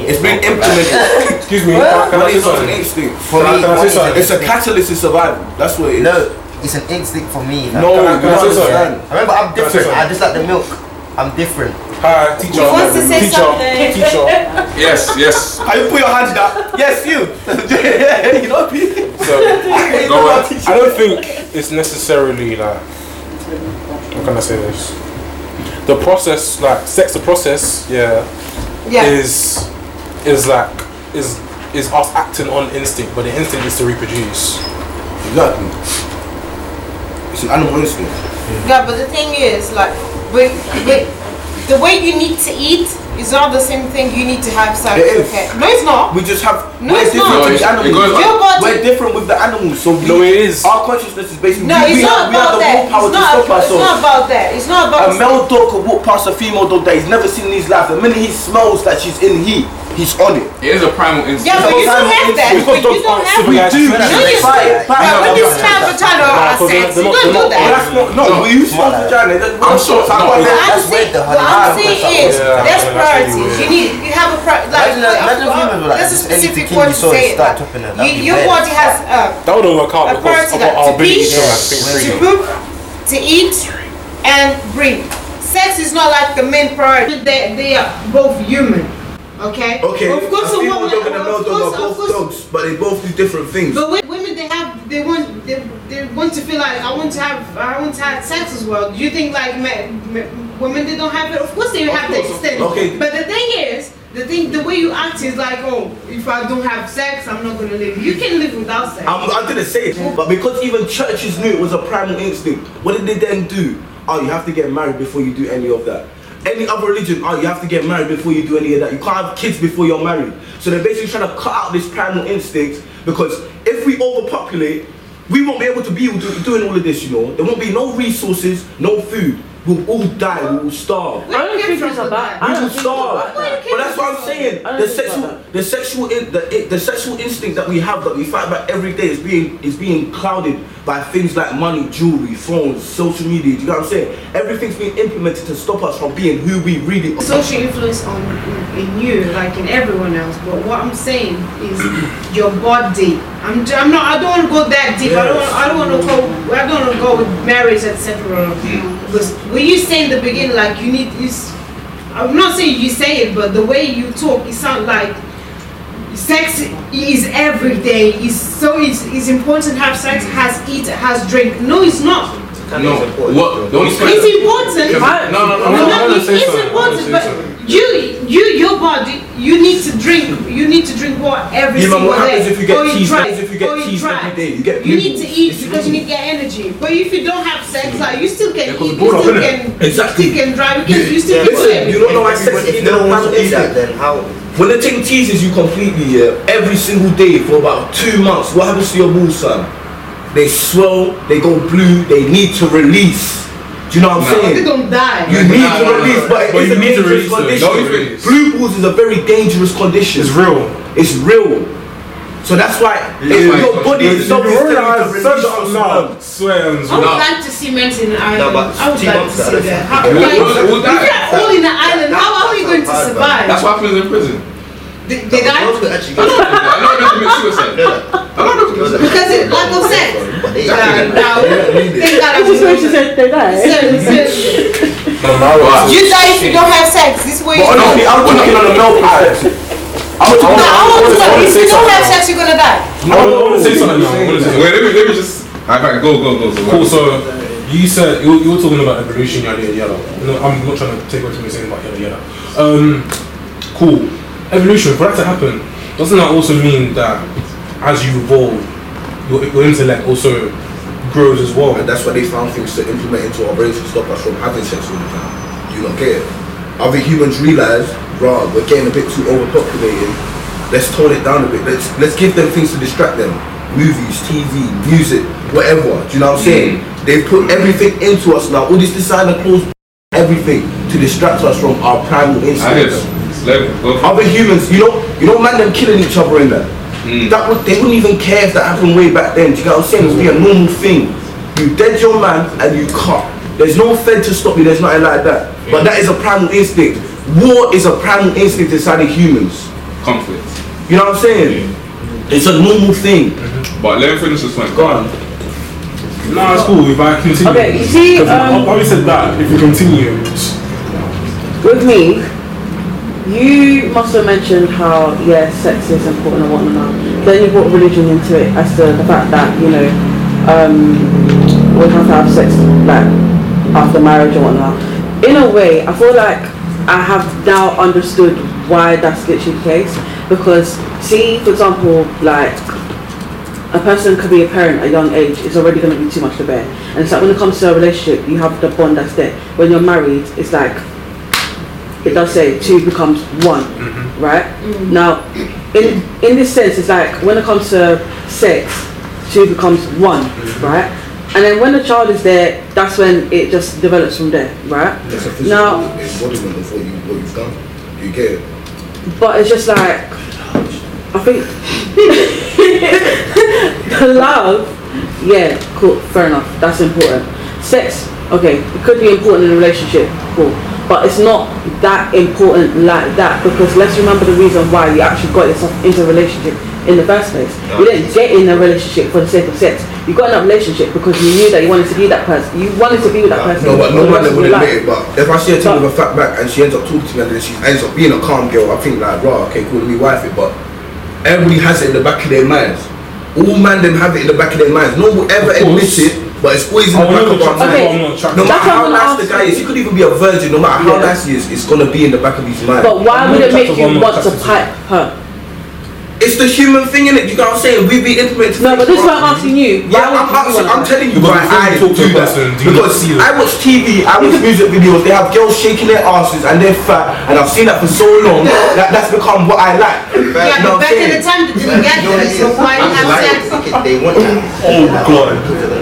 [SPEAKER 4] It's been implemented.
[SPEAKER 2] Excuse me. Can can I
[SPEAKER 4] Money
[SPEAKER 2] say
[SPEAKER 4] is not an
[SPEAKER 2] something?
[SPEAKER 4] instinct.
[SPEAKER 3] For me,
[SPEAKER 2] Can I say something?
[SPEAKER 4] It's a catalyst to survival. That's what it is.
[SPEAKER 3] No, it's an instinct for me.
[SPEAKER 4] No,
[SPEAKER 3] like,
[SPEAKER 4] you
[SPEAKER 2] I- can I
[SPEAKER 4] don't
[SPEAKER 2] say something?
[SPEAKER 4] understand.
[SPEAKER 3] I remember I'm
[SPEAKER 2] That's
[SPEAKER 3] different.
[SPEAKER 2] it.
[SPEAKER 3] I just like the milk. I'm different.
[SPEAKER 2] Hi, teacher.
[SPEAKER 6] He wants to say
[SPEAKER 2] teacher.
[SPEAKER 6] something.
[SPEAKER 2] Teacher.
[SPEAKER 1] Yes, yes.
[SPEAKER 4] Can you put your hand down? Yes, you. you know me.
[SPEAKER 2] So
[SPEAKER 4] You
[SPEAKER 1] Go
[SPEAKER 4] know
[SPEAKER 1] on.
[SPEAKER 4] my teacher.
[SPEAKER 2] I don't think it's necessarily like. How can I say this? The process, like sex, the process, yeah.
[SPEAKER 6] Yeah.
[SPEAKER 2] is is like is is us acting on instinct, but the instinct is to reproduce.
[SPEAKER 4] Exactly. It's an animal instinct.
[SPEAKER 6] Yeah, but the thing is, like, with, with the way you need to eat is not the same thing you need to have sex.
[SPEAKER 4] It is.
[SPEAKER 6] Okay. No, it's not.
[SPEAKER 4] We just have
[SPEAKER 6] No,
[SPEAKER 4] we're
[SPEAKER 6] it's
[SPEAKER 4] different
[SPEAKER 1] No,
[SPEAKER 4] to
[SPEAKER 6] not.
[SPEAKER 4] the
[SPEAKER 1] it's- it goes
[SPEAKER 4] animals.
[SPEAKER 1] like-
[SPEAKER 6] Your body-
[SPEAKER 4] We're different with the animals, so we,
[SPEAKER 2] No, it is.
[SPEAKER 4] our consciousness is basically
[SPEAKER 6] No,
[SPEAKER 4] we,
[SPEAKER 6] it's
[SPEAKER 4] we
[SPEAKER 6] not
[SPEAKER 4] have, we have
[SPEAKER 6] about
[SPEAKER 4] the
[SPEAKER 6] that.
[SPEAKER 4] willpower to
[SPEAKER 6] It's not,
[SPEAKER 4] stop
[SPEAKER 6] about- it's not
[SPEAKER 4] ourselves.
[SPEAKER 6] about that. It's not
[SPEAKER 4] A
[SPEAKER 6] about.
[SPEAKER 4] male dog could walk past a female dog that he's never seen in his life. The minute he smells that she's in heat,
[SPEAKER 9] He's on
[SPEAKER 6] Oh,
[SPEAKER 9] it.
[SPEAKER 1] It is a primal instinct.
[SPEAKER 6] Yeah, but you don't have that.
[SPEAKER 10] Because
[SPEAKER 6] But you
[SPEAKER 10] dogs
[SPEAKER 6] don't
[SPEAKER 10] aren't
[SPEAKER 6] have
[SPEAKER 10] civilized.
[SPEAKER 11] Right,
[SPEAKER 6] that. No, you don't. But when you
[SPEAKER 11] right.
[SPEAKER 6] stab a child or
[SPEAKER 10] Nah,
[SPEAKER 6] have
[SPEAKER 10] 'cause
[SPEAKER 6] sex,
[SPEAKER 10] they're
[SPEAKER 6] you don't do
[SPEAKER 10] not- they're not-
[SPEAKER 6] that.
[SPEAKER 9] That's not no. But you saw
[SPEAKER 11] Not
[SPEAKER 9] vagina. that-
[SPEAKER 1] I'm sure-
[SPEAKER 9] I thought that-
[SPEAKER 1] no, no.
[SPEAKER 6] What I'm
[SPEAKER 11] That's
[SPEAKER 6] saying,
[SPEAKER 11] weird, though,
[SPEAKER 6] what I'm
[SPEAKER 11] honey.
[SPEAKER 6] saying is,
[SPEAKER 10] Yeah,
[SPEAKER 6] there's
[SPEAKER 10] that's really
[SPEAKER 6] priorities.
[SPEAKER 10] weird.
[SPEAKER 6] You need, you have a priority. Like,
[SPEAKER 11] Imagine- imagine if humans were like
[SPEAKER 6] there's a
[SPEAKER 11] this, any
[SPEAKER 6] specific
[SPEAKER 11] bikini
[SPEAKER 6] word to
[SPEAKER 11] saw it
[SPEAKER 6] say it.
[SPEAKER 11] start chopping it, that'd
[SPEAKER 6] You-
[SPEAKER 11] be
[SPEAKER 6] Your
[SPEAKER 11] weird.
[SPEAKER 6] body has uh, a
[SPEAKER 10] That wouldn't work out
[SPEAKER 6] a
[SPEAKER 10] because
[SPEAKER 6] priority
[SPEAKER 10] of
[SPEAKER 6] like
[SPEAKER 10] our
[SPEAKER 6] to pee,
[SPEAKER 10] ability to like, think
[SPEAKER 6] to
[SPEAKER 10] freely.
[SPEAKER 6] poop, to eat, and breathe. Sex is not like the main priority. They, they are both human. Okay.
[SPEAKER 4] Okay,
[SPEAKER 6] Of course,
[SPEAKER 4] I
[SPEAKER 6] a
[SPEAKER 4] think
[SPEAKER 6] woman.
[SPEAKER 4] we're talking about dog
[SPEAKER 6] Of course,
[SPEAKER 4] are
[SPEAKER 6] of
[SPEAKER 4] both
[SPEAKER 6] course.
[SPEAKER 4] dogs, but they both do different things.
[SPEAKER 6] But wi- women, they have, they want, they, they want to feel like I want to have, I want to have sex as well. Do you think like me, me- women they don't have it? Of course they have the extent.
[SPEAKER 4] Okay.
[SPEAKER 6] But the thing is, the thing, the way you act is like, oh, if I don't have sex, I'm not gonna live. You can live without sex.
[SPEAKER 4] I'm, I didn't say it, but because even churches knew it was a primal instinct, what did they then do? Oh, you have to get married before you do any of that. Any other religion, oh, you have to get married before you do any of that. You can't have kids before you're married. So they're basically trying to cut out this primal instinct because if we overpopulate, we won't be able to be do- doing all of this, you know. There won't be no resources, no food. We'll all die, we'll all starve.
[SPEAKER 6] Where
[SPEAKER 12] I
[SPEAKER 6] you
[SPEAKER 12] don't
[SPEAKER 6] came
[SPEAKER 12] think
[SPEAKER 6] from
[SPEAKER 12] it's
[SPEAKER 6] with
[SPEAKER 12] about.
[SPEAKER 6] that?
[SPEAKER 12] I
[SPEAKER 4] You
[SPEAKER 12] don't
[SPEAKER 4] will
[SPEAKER 12] think it's about
[SPEAKER 4] starve.
[SPEAKER 12] that.
[SPEAKER 4] But that's what I'm saying.
[SPEAKER 12] I don't
[SPEAKER 4] The
[SPEAKER 12] think it's
[SPEAKER 4] sexual,
[SPEAKER 12] about
[SPEAKER 4] the sexual, in, the, the sexual instinct that we have that we fight about every day is being is being clouded by things like money, jewelry, phones, social media. Do you know what I'm saying? Everything's being implemented to stop us from being who we really are.
[SPEAKER 6] social influence on in you like in everyone else but what i'm saying is your body i'm, j- I'm not i don't want to go that deep i don't wanna- i don't want to go i don't want to go with marriage etc because when you say in the beginning like you need you s- i'm not saying you say it but the way you talk it sounds like sex is every day is so it's, it's important have sex has eat has drink no it's not
[SPEAKER 1] No, what? The only
[SPEAKER 6] it's important
[SPEAKER 1] No, no, no. no,
[SPEAKER 6] no, no,
[SPEAKER 1] no, no.
[SPEAKER 6] it isn't water, but you, you, your body, you need to drink. You need to drink water every
[SPEAKER 4] Yeah, but
[SPEAKER 6] single
[SPEAKER 4] what
[SPEAKER 6] day.
[SPEAKER 4] happens if you get
[SPEAKER 6] or you
[SPEAKER 4] teased?
[SPEAKER 6] drive,
[SPEAKER 4] What happens if you get
[SPEAKER 6] or you
[SPEAKER 4] teased
[SPEAKER 6] drive.
[SPEAKER 4] every day? You get
[SPEAKER 6] You need to
[SPEAKER 4] nibbles.
[SPEAKER 6] eat because you need to get energy. But if you don't have
[SPEAKER 4] Mm.
[SPEAKER 6] sex, like you still can
[SPEAKER 2] Yeah, 'cause
[SPEAKER 6] eat, you
[SPEAKER 2] bored of
[SPEAKER 6] still
[SPEAKER 2] it.
[SPEAKER 6] can,
[SPEAKER 4] Exactly.
[SPEAKER 6] you still can drive, you, can, you still can
[SPEAKER 4] Listen,
[SPEAKER 6] swim.
[SPEAKER 4] you don't know why
[SPEAKER 3] If
[SPEAKER 4] sex is
[SPEAKER 3] everyone- If
[SPEAKER 4] the
[SPEAKER 3] no one wants
[SPEAKER 4] primal
[SPEAKER 3] to do
[SPEAKER 4] instinct.
[SPEAKER 3] that, then how?
[SPEAKER 4] When the thing teases you completely, yeah, every single day for about two months, what happens to your balls, son? They swell, they go blue, they need to release. Do you know what I'm saying?
[SPEAKER 6] You're gonna die.
[SPEAKER 4] You need
[SPEAKER 1] no,
[SPEAKER 4] to
[SPEAKER 1] no,
[SPEAKER 4] release,
[SPEAKER 1] no.
[SPEAKER 4] but
[SPEAKER 2] But
[SPEAKER 4] it's
[SPEAKER 2] you
[SPEAKER 4] a
[SPEAKER 2] need to
[SPEAKER 4] dangerous
[SPEAKER 2] release them.
[SPEAKER 4] condition.
[SPEAKER 1] Don't release.
[SPEAKER 4] Blue balls is a very dangerous condition.
[SPEAKER 2] It's real.
[SPEAKER 4] It's real. So that's why
[SPEAKER 1] why
[SPEAKER 4] if your
[SPEAKER 1] it's
[SPEAKER 4] body
[SPEAKER 2] You
[SPEAKER 4] is not
[SPEAKER 2] realize
[SPEAKER 4] release
[SPEAKER 2] such a
[SPEAKER 4] hormone.
[SPEAKER 2] love swims.
[SPEAKER 6] I would
[SPEAKER 1] No.
[SPEAKER 6] like to see men in an
[SPEAKER 3] No,
[SPEAKER 6] island.
[SPEAKER 3] but
[SPEAKER 6] I would
[SPEAKER 3] two
[SPEAKER 6] like to
[SPEAKER 3] months
[SPEAKER 6] see
[SPEAKER 3] that-
[SPEAKER 6] that. How,
[SPEAKER 1] We'll-
[SPEAKER 6] like,
[SPEAKER 1] we'll- we'll die.
[SPEAKER 6] if you're all in an island,
[SPEAKER 3] That-
[SPEAKER 6] how are we
[SPEAKER 3] that's
[SPEAKER 6] going to
[SPEAKER 3] hard, man.
[SPEAKER 6] survive?
[SPEAKER 1] That's what happens in prison.
[SPEAKER 6] They, they
[SPEAKER 3] Girls
[SPEAKER 6] die
[SPEAKER 3] could actually get
[SPEAKER 1] A lot of them commit suicide. A lot of them commit suicide.
[SPEAKER 6] because it lack of sex.
[SPEAKER 3] But they-
[SPEAKER 6] Yeah, now, thank God I'm
[SPEAKER 12] This is where she
[SPEAKER 6] woman.
[SPEAKER 12] said they die.
[SPEAKER 6] Seriously, seriously.
[SPEAKER 1] But-
[SPEAKER 6] You die if you don't have sex. This way.
[SPEAKER 9] But honestly,
[SPEAKER 6] you know.
[SPEAKER 9] I'm talking on a male perspective. I'm
[SPEAKER 6] No, I want to
[SPEAKER 9] talking
[SPEAKER 6] tell
[SPEAKER 9] on
[SPEAKER 6] you,
[SPEAKER 9] a
[SPEAKER 6] if you don't have sex, you're gonna die.
[SPEAKER 10] I want to say something now. I wanna say something.
[SPEAKER 1] Wait, let me, let me just. Alright, go, go, go. go.
[SPEAKER 10] Cool. So you said you, you were talking about evolution, yada yada yada. No, I'm not trying to take away from you saying about yada yada. Um, cool. Evolution for that to happen, doesn't that also mean that as you evolve, your, your intellect also grows as well?
[SPEAKER 4] And that's why they found things to implement into our brains to stop us from having sex all the time. Do you not care? Other humans realize, rah, we're getting a bit too overpopulated. Let's tone it down a bit. Let's let's give them things to distract them. Movies, TV, music, whatever. Do you know what I'm saying? They've put everything into us now. All this designer clothes, everything to distract us from our primal
[SPEAKER 1] I hear
[SPEAKER 4] instincts.
[SPEAKER 1] that. Let me go.
[SPEAKER 4] Other humans, you know, you know, man, them killing each other in there. That would they wouldn't even care if that happened way back then. Do you get what I'm saying? It would be a normal thing. You dead your man and you cut. There's no fed to stop you. There's nothing like that. But that is a primal instinct. War is a primal instinct inside of humans.
[SPEAKER 1] Conflict.
[SPEAKER 4] You know what I'm saying? It's a normal thing.
[SPEAKER 1] But let me finish this one.
[SPEAKER 4] Go on.
[SPEAKER 10] Nah, it's cool. If I continue,
[SPEAKER 5] Okay, you see,
[SPEAKER 10] 'Cause I-
[SPEAKER 5] um,
[SPEAKER 10] I already said that. If you continue,
[SPEAKER 5] With me, you must have mentioned how yeah, sex is important and whatnot. Then you brought religion into it as to the fact that you know um, we have to have sex like after marriage and whatnot. In a way, I feel like I have now understood why that's literally the case. Because see, for example, like a person could be a parent at a young age it's already going to be too much to bear and it's like when it comes to a relationship you have the bond that's there when you're married it's like it does say two becomes one
[SPEAKER 4] Mm-hmm.
[SPEAKER 5] right now in in this sense it's like when it comes to sex two becomes one
[SPEAKER 4] Mm-hmm.
[SPEAKER 5] right and then when the child is there that's when it just develops from there right
[SPEAKER 4] It's a
[SPEAKER 5] Now-
[SPEAKER 4] embodiment of what, you, what you've done. Do you get it?
[SPEAKER 5] But it's just like I think the love, yeah, cool, fair enough. That's important. Sex, okay, it could be important in a relationship, cool. But it's not that important like that because let's remember the reason why you actually got yourself into a relationship in the first place. You didn't get in a relationship for the sake of sex. You got in a relationship because you knew that you wanted to be that person. You wanted to be with that person.
[SPEAKER 4] No, but no
[SPEAKER 5] for the
[SPEAKER 4] man that would admit
[SPEAKER 5] rest of your life.
[SPEAKER 4] it. But if I see a thing with a fat back and she ends up talking to me and then she ends up being a calm girl, I think like, rah, okay, cool, let me wife it. But everybody has it in the back of their minds. All man them have it in the back of their minds. No one will ever
[SPEAKER 10] Of course.
[SPEAKER 4] admit it, but it's always in the
[SPEAKER 10] I will
[SPEAKER 4] back of our
[SPEAKER 10] never try-
[SPEAKER 4] minds. No
[SPEAKER 10] I'm not attracted.
[SPEAKER 5] Okay. That's
[SPEAKER 4] matter
[SPEAKER 5] what I
[SPEAKER 4] how
[SPEAKER 5] wanna
[SPEAKER 4] nice the
[SPEAKER 5] ask
[SPEAKER 4] guy
[SPEAKER 5] you.
[SPEAKER 4] is, he could even be a virgin. No matter how
[SPEAKER 5] Yeah.
[SPEAKER 4] nice he is, it's gonna be in the back of his mind.
[SPEAKER 5] But why
[SPEAKER 10] I'm
[SPEAKER 5] would
[SPEAKER 10] not
[SPEAKER 5] it make
[SPEAKER 10] attracted,
[SPEAKER 5] you
[SPEAKER 10] I'm not
[SPEAKER 5] want to
[SPEAKER 10] attracted.
[SPEAKER 5] pipe her?
[SPEAKER 4] It's the human thing in it. You know what I'm saying? We be implemented.
[SPEAKER 5] No, but this is why I'm asking you. Why
[SPEAKER 4] Yeah, I'm,
[SPEAKER 5] would you
[SPEAKER 4] I'm,
[SPEAKER 5] want
[SPEAKER 4] I'm
[SPEAKER 5] to-
[SPEAKER 4] telling you,
[SPEAKER 10] Because
[SPEAKER 4] why
[SPEAKER 10] before you
[SPEAKER 4] I do
[SPEAKER 10] talk to a
[SPEAKER 4] that.
[SPEAKER 10] person, do you
[SPEAKER 4] because
[SPEAKER 10] see them?
[SPEAKER 4] I watch TV, I watch music videos. They have girls shaking their asses and they're fat, and I've seen that for so long that that's become what I like.
[SPEAKER 6] Yeah,
[SPEAKER 4] You know what
[SPEAKER 6] but
[SPEAKER 4] I'm
[SPEAKER 6] back in the
[SPEAKER 4] saying?
[SPEAKER 6] time, they didn't get
[SPEAKER 3] You know
[SPEAKER 6] that.
[SPEAKER 3] what it
[SPEAKER 6] So
[SPEAKER 3] is?
[SPEAKER 6] why
[SPEAKER 3] I'm lying.
[SPEAKER 6] have sex?
[SPEAKER 3] Fuck it, They want that.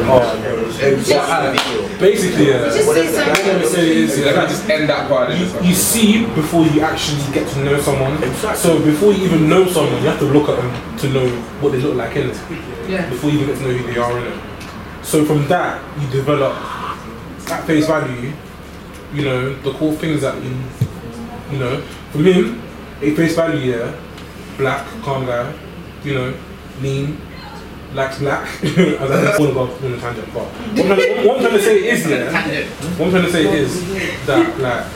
[SPEAKER 10] Oh god.
[SPEAKER 4] Exactly.
[SPEAKER 10] Basically, yeah.
[SPEAKER 6] Just say something.
[SPEAKER 1] So it is, yeah. I can't just end that part of
[SPEAKER 10] You,
[SPEAKER 1] this.
[SPEAKER 10] you see before you actually get to know someone. So before you even know someone, you have to look at them to know what they look like in it.
[SPEAKER 5] Yeah.
[SPEAKER 10] Before you even get to know who they are in it. So from that, you develop at face value. You know the cool things that you, you know. For me, at face value, yeah, black, calm guy, you know, lean, likes black. As I'm all about on a tangent, but what I'm, trying to, what I'm trying to say is yeah. What I'm trying to say is that like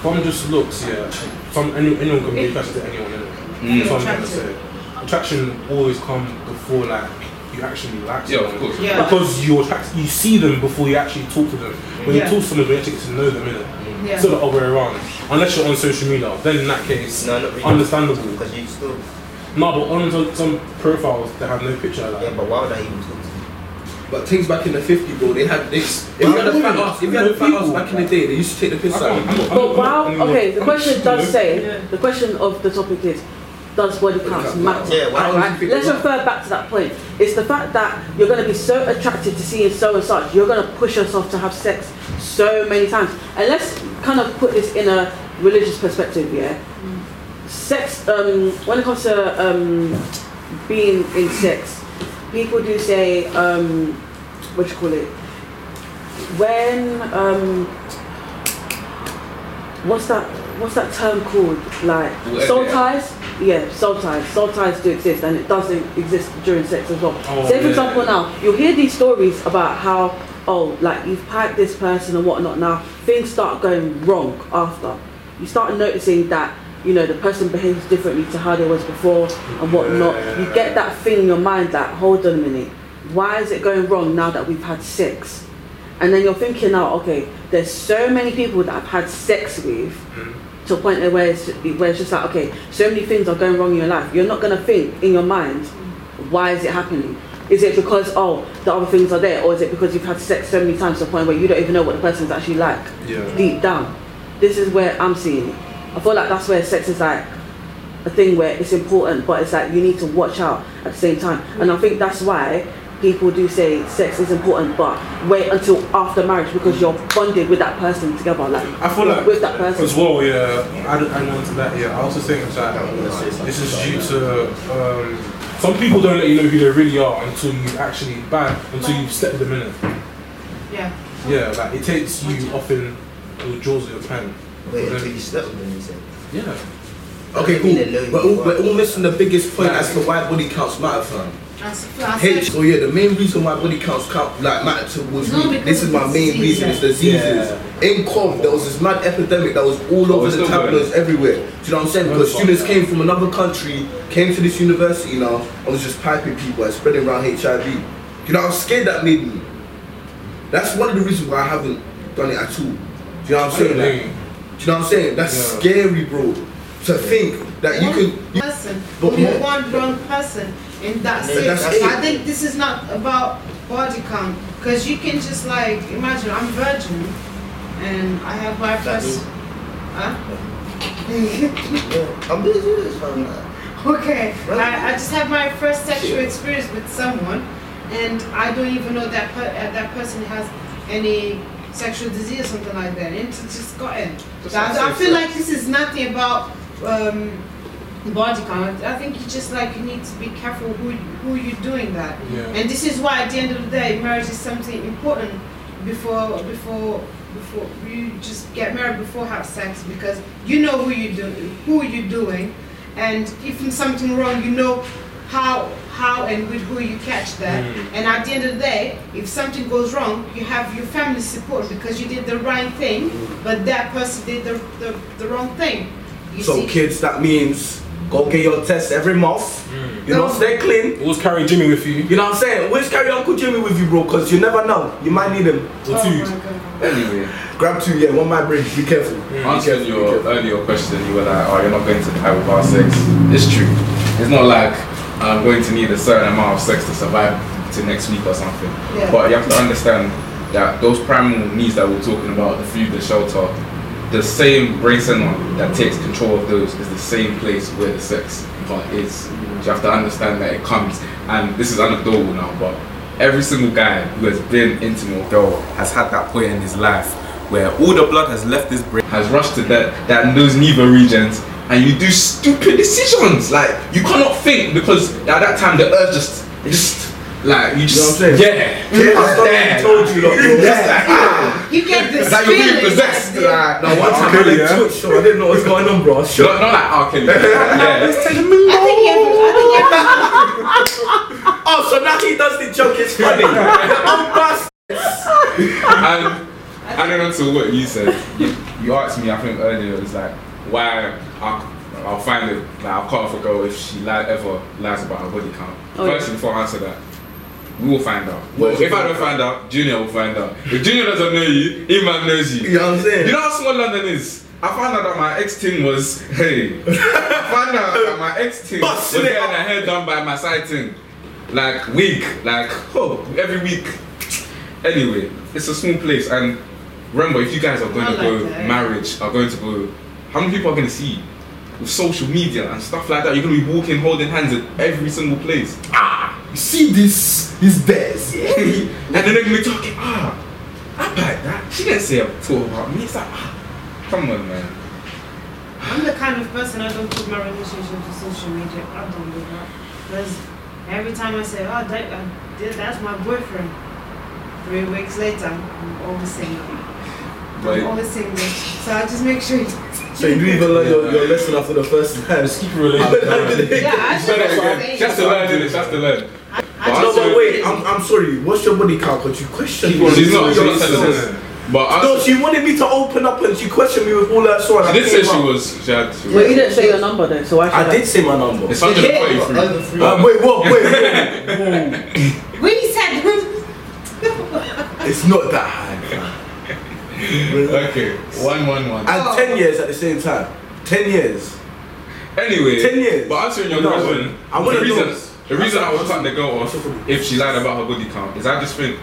[SPEAKER 10] from just looks, yeah, from any, anyone can be attracted to anyone.
[SPEAKER 11] Mm.
[SPEAKER 10] innit? That's what I'm trying to say. Attraction always comes before like you actually like
[SPEAKER 1] Yeah,
[SPEAKER 10] someone.
[SPEAKER 1] of course.
[SPEAKER 6] Yeah.
[SPEAKER 10] Because you're attract- you see them before you actually talk to them. When
[SPEAKER 6] Yeah.
[SPEAKER 10] you talk to them, you actually get to know them, innit?
[SPEAKER 6] Yeah.
[SPEAKER 10] It's not the other way around. Unless you're on social media, then in that case,
[SPEAKER 11] No, not really.
[SPEAKER 10] understandable.
[SPEAKER 11] Because you still.
[SPEAKER 10] No, but on some, some profiles that have no picture, like
[SPEAKER 11] Yeah, but why would I even talk to you?
[SPEAKER 4] But things back in the 50, bro, they had this. If you had a fat ass, if you had a fat ass back in the day, they used to take the piss
[SPEAKER 10] I
[SPEAKER 4] out.
[SPEAKER 10] can't-
[SPEAKER 4] of you.
[SPEAKER 10] I'm not- I'm
[SPEAKER 5] But
[SPEAKER 10] not-
[SPEAKER 5] wow,
[SPEAKER 10] I'm not-
[SPEAKER 5] okay, the
[SPEAKER 10] I'm
[SPEAKER 5] question
[SPEAKER 10] not-
[SPEAKER 5] does say, the question of the topic is, does body counts matter?
[SPEAKER 11] Yeah, why
[SPEAKER 5] Alright,
[SPEAKER 4] don't you
[SPEAKER 5] Let's
[SPEAKER 4] think-
[SPEAKER 5] refer back to that point. It's the fact that you're going to be so attracted to seeing so and such, you're going to push yourself to have sex so many times. And let's kind of put this in a religious perspective, yeah? Mm. Sex, um, when it comes to um, being in sex, people do say, um, what do you call it? When um, what's that what's that term called like
[SPEAKER 1] Word,
[SPEAKER 5] soul
[SPEAKER 1] yeah.
[SPEAKER 5] ties yeah soul ties soul ties do exist and it doesn't exist during sex as well
[SPEAKER 10] Oh,
[SPEAKER 5] say for
[SPEAKER 10] yeah.
[SPEAKER 5] example now you'll hear these stories about how oh like you've piped this person and whatnot now things start going wrong after you start noticing that you know the person behaves differently to how they was before and whatnot you get that thing in your mind that hold on a minute why is it going wrong now that we've had sex and then you're thinking now, okay, there's so many people that I've had sex with to a point where it's, where it's just like, okay, so many things are going wrong in your life. You're not going to think in your mind, why is it happening? Is it because, oh, the other things are there? Or is it because you've had sex so many times to the point where you don't even know what the person's actually like
[SPEAKER 10] Yeah.
[SPEAKER 5] deep down? This is where I'm seeing it. I feel like that's where sex is like a thing where it's important, but it's like you need to watch out at the same time. And I think that's why people do say sex is important, but wait until after marriage because you're bonded with that person together, like
[SPEAKER 10] I feel like
[SPEAKER 5] with that person.
[SPEAKER 10] as well. Yeah, I don't- I know to that. Yeah, I also think that this is due to um, some people don't let you know who they really are until you actually bang until you step them in. it.
[SPEAKER 6] Yeah.
[SPEAKER 10] Yeah, like it takes you off in the jaws of your pen.
[SPEAKER 3] Wait until you slept with them, you said.
[SPEAKER 10] Yeah,
[SPEAKER 4] Okay, cool. We're all, we're all missing the biggest point as to why body counts matter, fam.
[SPEAKER 6] That's that's
[SPEAKER 4] Hey, so oh yeah, the main reason why body counts count like matter towards
[SPEAKER 6] No,
[SPEAKER 4] me.
[SPEAKER 6] because
[SPEAKER 4] This is my
[SPEAKER 6] it's
[SPEAKER 4] main
[SPEAKER 6] disease,
[SPEAKER 4] reason.
[SPEAKER 6] yeah.
[SPEAKER 4] It's diseases. In Com, there was this mad epidemic that was all over
[SPEAKER 1] it's
[SPEAKER 4] the
[SPEAKER 1] still going.
[SPEAKER 4] tabloids everywhere. Do you know what I'm saying? Because students came from another country, came to this university now, and was just piping people and spreading around HIV. Do You know how scared that made me. That's one of the reasons why I haven't done it at all. Do you know what I'm
[SPEAKER 10] I don't
[SPEAKER 4] saying? Like,
[SPEAKER 10] think-
[SPEAKER 4] do you know what I'm saying? That's
[SPEAKER 10] Yeah.
[SPEAKER 4] scary, bro. To think that you
[SPEAKER 6] one
[SPEAKER 4] could. You,
[SPEAKER 6] person,
[SPEAKER 4] but
[SPEAKER 6] only
[SPEAKER 4] more-
[SPEAKER 6] one wrong person, and that's
[SPEAKER 4] Yeah,
[SPEAKER 6] it.
[SPEAKER 4] that's it.
[SPEAKER 6] I think this is not about body count, because you can just like imagine I'm virgin, and I have my first. Huh?
[SPEAKER 3] I'm busy with this fam. man.
[SPEAKER 6] okay, I, I just have my first sexual experience with someone, and I don't even know that per, uh, that person has any sexual disease or something like that, and it's just gotten. So I, I feel like this is nothing about um, body count. I think it's just like you need to be careful who who you're doing that.
[SPEAKER 10] Yeah.
[SPEAKER 6] And this is why at the end of the day, marriage is something important before before before you just get married before have sex because you know who you do who you're doing, and if there's something wrong, you know how how and with who you catch that.
[SPEAKER 13] Mm.
[SPEAKER 6] And at the end of the day, if something goes wrong, you have your family support because you did the right thing,
[SPEAKER 13] Mm.
[SPEAKER 6] but that person did the the, the wrong thing. You
[SPEAKER 13] So
[SPEAKER 6] see?
[SPEAKER 13] kids, that means go get your test every month. You know, stay clean.
[SPEAKER 10] Always carry Jimmy with you.
[SPEAKER 13] You know what I'm saying? Always carry Uncle Jimmy with you, bro, because you never know. You might need him.
[SPEAKER 6] Oh
[SPEAKER 10] Or two.
[SPEAKER 1] Anyway,
[SPEAKER 13] Grab two, yeah, one might break. Be careful.
[SPEAKER 1] answering your earlier question, you were like, oh, you're not going to die without sex. It's true. It's not like I'm going to need a certain amount of sex to survive to next week or something.
[SPEAKER 6] Yeah.
[SPEAKER 1] But you have to understand that those primal needs that we're talking about, the food, the shelter, the same brain center that takes control of those is the same place where the sex part is. So you have to understand that it comes, and this is anecdotal now, but every single guy who has been intimate with a girl has had that point in his life where all the blood has left his brain, has rushed to that, that those neither regions, and you do stupid decisions. Like you cannot think because at that time the urge just, it just like you just
[SPEAKER 13] what I'm saying?
[SPEAKER 1] yeah.
[SPEAKER 13] Yeah, I
[SPEAKER 1] It's there.
[SPEAKER 13] told you, lot, bro.
[SPEAKER 1] It's like, ah,
[SPEAKER 6] You get this
[SPEAKER 1] it's like you're being
[SPEAKER 6] feeling
[SPEAKER 1] possessed.
[SPEAKER 6] that-
[SPEAKER 1] Like,
[SPEAKER 13] Now, one time I like shook, so I didn't know what's going on, bro. I shook.
[SPEAKER 1] not, not like R. Kelly. Yeah.
[SPEAKER 6] I think every, I think every,
[SPEAKER 13] Oh, so now he does the joke. It's funny. I'm bust.
[SPEAKER 1] and adding on to what you said, you, you asked me, I think earlier, it was like, why I'll, I'll find it, like, I'll cut off a girl if she li- ever lies about her body count.
[SPEAKER 5] Oh, yeah.
[SPEAKER 1] First, before I answer that, we will find out. Well, if I don't find out, Junior will find out. If Junior doesn't know you, Iman knows you.
[SPEAKER 13] You know what I'm saying?
[SPEAKER 1] You know how small London is? I found out that my ex team was hey. I found out that my ex team was
[SPEAKER 13] Busting it
[SPEAKER 1] getting
[SPEAKER 13] up.
[SPEAKER 1] her hair done by my side team. Like week. Like oh every week. Anyway, it's a small place and remember if you guys are going
[SPEAKER 6] I
[SPEAKER 1] to go
[SPEAKER 6] like that.
[SPEAKER 1] marriage, are going to go how many people are gonna see you? With social media and stuff like that, you're gonna be walking holding hands at every single place.
[SPEAKER 4] Ah, You see this? He's theirs.
[SPEAKER 1] and then they're gonna be talking, ah, I back that. She didn't say a talk about me. It's like, ah, come on, man.
[SPEAKER 6] I'm the kind of person I don't put my relationship to social media. I don't do that. Because every time I say, oh, that, uh, th- that's my boyfriend, three weeks later, I'm always single. I'm
[SPEAKER 1] But
[SPEAKER 6] always single. So I just make sure.
[SPEAKER 13] So you didn't even learn your, your lesson after the first time.
[SPEAKER 10] Just keep related.
[SPEAKER 6] Yeah, I
[SPEAKER 1] Say that
[SPEAKER 6] should
[SPEAKER 1] again. Just to learn, Dennis, just to learn.
[SPEAKER 6] I
[SPEAKER 13] No,
[SPEAKER 1] But
[SPEAKER 13] but wait, I'm, I'm sorry. What's your body count? Because you questioned me.
[SPEAKER 1] she's not, she's
[SPEAKER 13] Your
[SPEAKER 1] not telling
[SPEAKER 13] source.
[SPEAKER 1] us. But
[SPEAKER 13] No,
[SPEAKER 1] I,
[SPEAKER 13] she wanted me to open up and she questioned me with all her soul.
[SPEAKER 1] she did say she was, she had, she
[SPEAKER 5] But you
[SPEAKER 1] was.
[SPEAKER 5] didn't say your number though, so why should
[SPEAKER 13] I did say my number.
[SPEAKER 1] It's
[SPEAKER 4] Um,
[SPEAKER 1] 143.
[SPEAKER 13] Uh, wait, what? Wait, wait.
[SPEAKER 6] When you said,
[SPEAKER 13] it's not that high.
[SPEAKER 1] Okay, 111.
[SPEAKER 13] And ten years at the same time. Ten years.
[SPEAKER 1] Anyway,
[SPEAKER 13] 10 years.
[SPEAKER 1] But answering your
[SPEAKER 13] No,
[SPEAKER 1] question,
[SPEAKER 13] I
[SPEAKER 1] the
[SPEAKER 13] wouldn't
[SPEAKER 1] reason
[SPEAKER 13] know.
[SPEAKER 1] the reason I would cut the girl off if she lied about her body count is I just think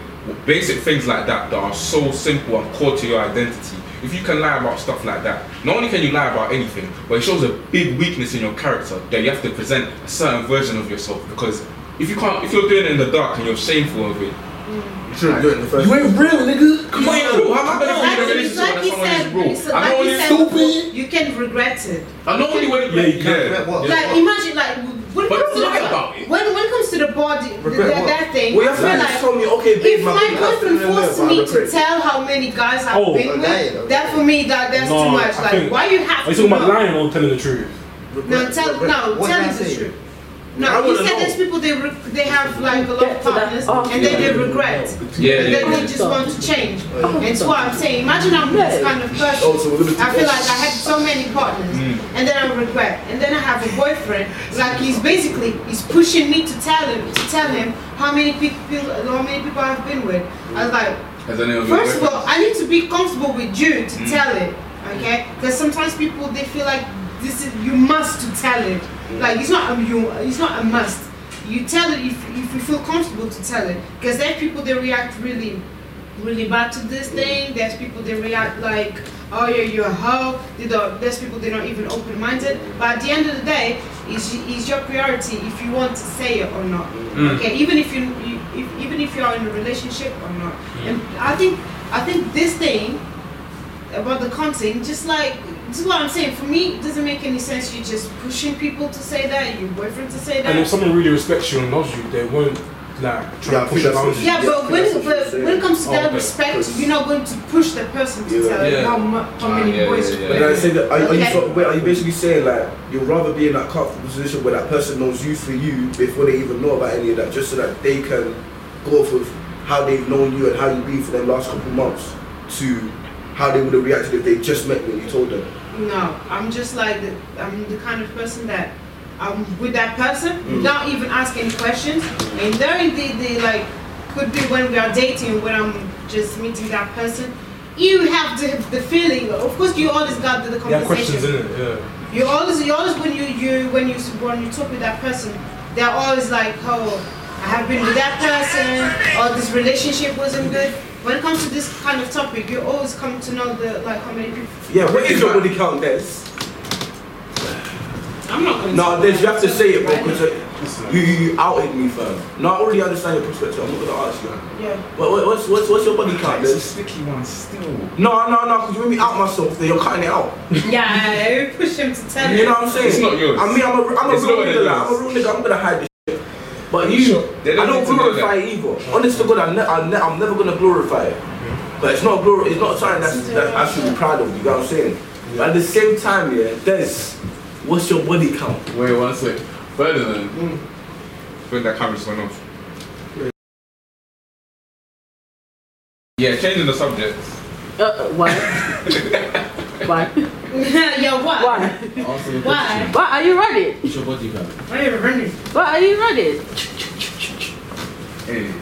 [SPEAKER 1] basic things like that that are so simple and core to your identity. If you can lie about stuff like that, not only can you lie about anything, but it shows a big weakness in your character that you have to present a certain version of yourself because if you can't, if you're doing it in the dark and you're shameful of it,
[SPEAKER 13] You should have done it in the first.
[SPEAKER 4] You ain't real, nigga.
[SPEAKER 1] come on, bro, how am I going to be in a
[SPEAKER 6] Like,
[SPEAKER 1] relationship
[SPEAKER 6] it's like
[SPEAKER 1] when
[SPEAKER 6] you
[SPEAKER 1] someone
[SPEAKER 6] said,
[SPEAKER 1] is
[SPEAKER 6] it's
[SPEAKER 1] broke? I
[SPEAKER 6] like
[SPEAKER 1] know
[SPEAKER 6] you
[SPEAKER 1] only,
[SPEAKER 6] said,
[SPEAKER 4] Stupid.
[SPEAKER 6] you can regret it.
[SPEAKER 1] I know only when,
[SPEAKER 2] Yeah, you can.
[SPEAKER 1] yeah.
[SPEAKER 3] What?
[SPEAKER 6] Like imagine, like when it
[SPEAKER 1] But
[SPEAKER 6] comes to
[SPEAKER 1] lie
[SPEAKER 6] the,
[SPEAKER 1] about it.
[SPEAKER 6] when when it comes to the body, the,
[SPEAKER 13] Regret what?
[SPEAKER 6] that thing,
[SPEAKER 13] Well, your
[SPEAKER 6] I feel
[SPEAKER 13] friend
[SPEAKER 6] like
[SPEAKER 13] just told me, okay, babe,
[SPEAKER 6] if
[SPEAKER 13] my
[SPEAKER 6] my
[SPEAKER 13] big ass
[SPEAKER 6] boyfriend
[SPEAKER 13] didn't know
[SPEAKER 6] forced
[SPEAKER 13] about
[SPEAKER 6] me
[SPEAKER 13] the
[SPEAKER 6] to
[SPEAKER 13] prick.
[SPEAKER 6] tell how many guys I've
[SPEAKER 10] Oh.
[SPEAKER 6] been
[SPEAKER 3] Lying.
[SPEAKER 6] with, that for me, that that's
[SPEAKER 10] No,
[SPEAKER 6] too much.
[SPEAKER 10] I
[SPEAKER 6] Like
[SPEAKER 10] think-
[SPEAKER 6] why you have
[SPEAKER 10] Are you
[SPEAKER 6] to
[SPEAKER 10] talking
[SPEAKER 6] know?
[SPEAKER 10] about lying or telling the truth?
[SPEAKER 6] No, tell no,
[SPEAKER 3] What
[SPEAKER 6] tell
[SPEAKER 3] did I
[SPEAKER 6] us the
[SPEAKER 3] say?
[SPEAKER 6] truth.
[SPEAKER 13] I
[SPEAKER 6] No, he
[SPEAKER 13] wanna
[SPEAKER 6] said
[SPEAKER 13] know.
[SPEAKER 6] there's people they re- they have like a lot
[SPEAKER 5] Get
[SPEAKER 6] of
[SPEAKER 5] to that
[SPEAKER 6] partners
[SPEAKER 5] after.
[SPEAKER 6] and then they regret.
[SPEAKER 1] Yeah,
[SPEAKER 6] And then
[SPEAKER 1] yeah,
[SPEAKER 6] they
[SPEAKER 1] yeah.
[SPEAKER 6] just want to change. It's what I'm saying. Imagine I'm this kind of
[SPEAKER 13] Oh, so we're
[SPEAKER 6] person.
[SPEAKER 13] gonna
[SPEAKER 6] I feel like I had so many partners, and then I regret. And then I have a boyfriend. Like he's basically he's pushing me to tell him to tell him how many people how many people I've been with. I was like,
[SPEAKER 1] As an elder
[SPEAKER 6] First of
[SPEAKER 1] boyfriend.
[SPEAKER 6] all, I need to be comfortable with you to tell it, okay? Because sometimes people they feel like this is you must to tell it. Like it's not a you, it's not a must. You tell it if, if you feel comfortable to tell it. Because there's people they react really, really bad to this thing. There's people they react like, oh yeah, you're a hoe. They don't, there's people they're not even open-minded. But at the end of the day, it's, it's your priority if you want to say it or not. Okay, even if you, you if, even if you are in a relationship or not. And I think I think this thing about the counting, just like This is what I'm saying. For me, it doesn't make any sense. You're just pushing people to say that, your boyfriend to say that.
[SPEAKER 10] And if someone really respects you and loves you, they won't like try
[SPEAKER 14] Yeah,
[SPEAKER 10] to push
[SPEAKER 14] that's-
[SPEAKER 10] boundaries.
[SPEAKER 6] yeah, but when,
[SPEAKER 14] that's what
[SPEAKER 6] but
[SPEAKER 14] she's saying.
[SPEAKER 6] when it comes to
[SPEAKER 10] Oh,
[SPEAKER 6] that
[SPEAKER 10] okay.
[SPEAKER 6] respect, you're not going to push the person to
[SPEAKER 14] Yeah.
[SPEAKER 6] tell
[SPEAKER 10] Yeah.
[SPEAKER 6] you how, mu- how many
[SPEAKER 1] yeah,
[SPEAKER 6] boys.
[SPEAKER 1] yeah,
[SPEAKER 6] you
[SPEAKER 1] yeah.
[SPEAKER 14] But
[SPEAKER 6] were
[SPEAKER 14] I say that are, are you
[SPEAKER 6] Okay.
[SPEAKER 14] sort wait, are you basically saying like you'd rather be in that comfortable position where that person knows you for you before they even know about any of that, just so that they can go off of how they've known you and how you've been for the last couple months to how they would have reacted if they just met you and you told them.
[SPEAKER 6] No, I'm just like the, I'm the kind of person that I'm with that person
[SPEAKER 10] Mm.
[SPEAKER 6] without even asking questions. And during the, the like could be when we are dating, when I'm just meeting that person, you have the, the feeling. Of course, you always got the, the
[SPEAKER 10] Yeah, questions
[SPEAKER 6] conversation.
[SPEAKER 10] in it. Yeah.
[SPEAKER 6] you always you always when you you when you when you talk with that person, they're always like, oh, I have been with that person, or this relationship wasn't good. When it comes to this kind of topic, you always come to know the like how many people.
[SPEAKER 4] Yeah, what is your body count, Des?
[SPEAKER 6] I'm not going
[SPEAKER 4] No, Des, you have to say it, bro, because you, you, you outed me, fam. No, I already understand your perspective. I'm not gonna ask you.
[SPEAKER 6] Yeah.
[SPEAKER 4] What, what, what's, what's, what's your body count,
[SPEAKER 1] It's a
[SPEAKER 4] Des?
[SPEAKER 1] sticky one still.
[SPEAKER 4] No, no, no, because you made me out myself, then you're cutting it out.
[SPEAKER 6] Yeah, I push him to tell
[SPEAKER 4] You know
[SPEAKER 6] you.
[SPEAKER 4] what I'm saying?
[SPEAKER 1] It's not yours.
[SPEAKER 4] I mean, I'm a, I'm a
[SPEAKER 1] It's
[SPEAKER 4] real
[SPEAKER 1] not
[SPEAKER 4] nigga. Like, I'm a
[SPEAKER 1] yours.
[SPEAKER 4] real nigga. I'm gonna hide this shit. But you,
[SPEAKER 1] Sure. They don't
[SPEAKER 4] I don't
[SPEAKER 1] need to know
[SPEAKER 4] glorify it either. Honest to God, I ne- I ne- I'm never gonna glorify it.
[SPEAKER 1] Mm-hmm.
[SPEAKER 4] But it's not glor- It's not something that's, that I should be proud of. You know what I'm saying? But at the same time, yeah, Des, what's your body count?
[SPEAKER 1] Wait one sec. Ferdinand. When that camera just went off. Yeah, changing the subject.
[SPEAKER 5] Uh, why? why?
[SPEAKER 6] yeah, why?
[SPEAKER 5] Why?
[SPEAKER 6] Why?
[SPEAKER 5] Why are you ready?
[SPEAKER 4] What's your body count?
[SPEAKER 6] Why are you running?
[SPEAKER 5] Why are you ready?
[SPEAKER 1] Hey.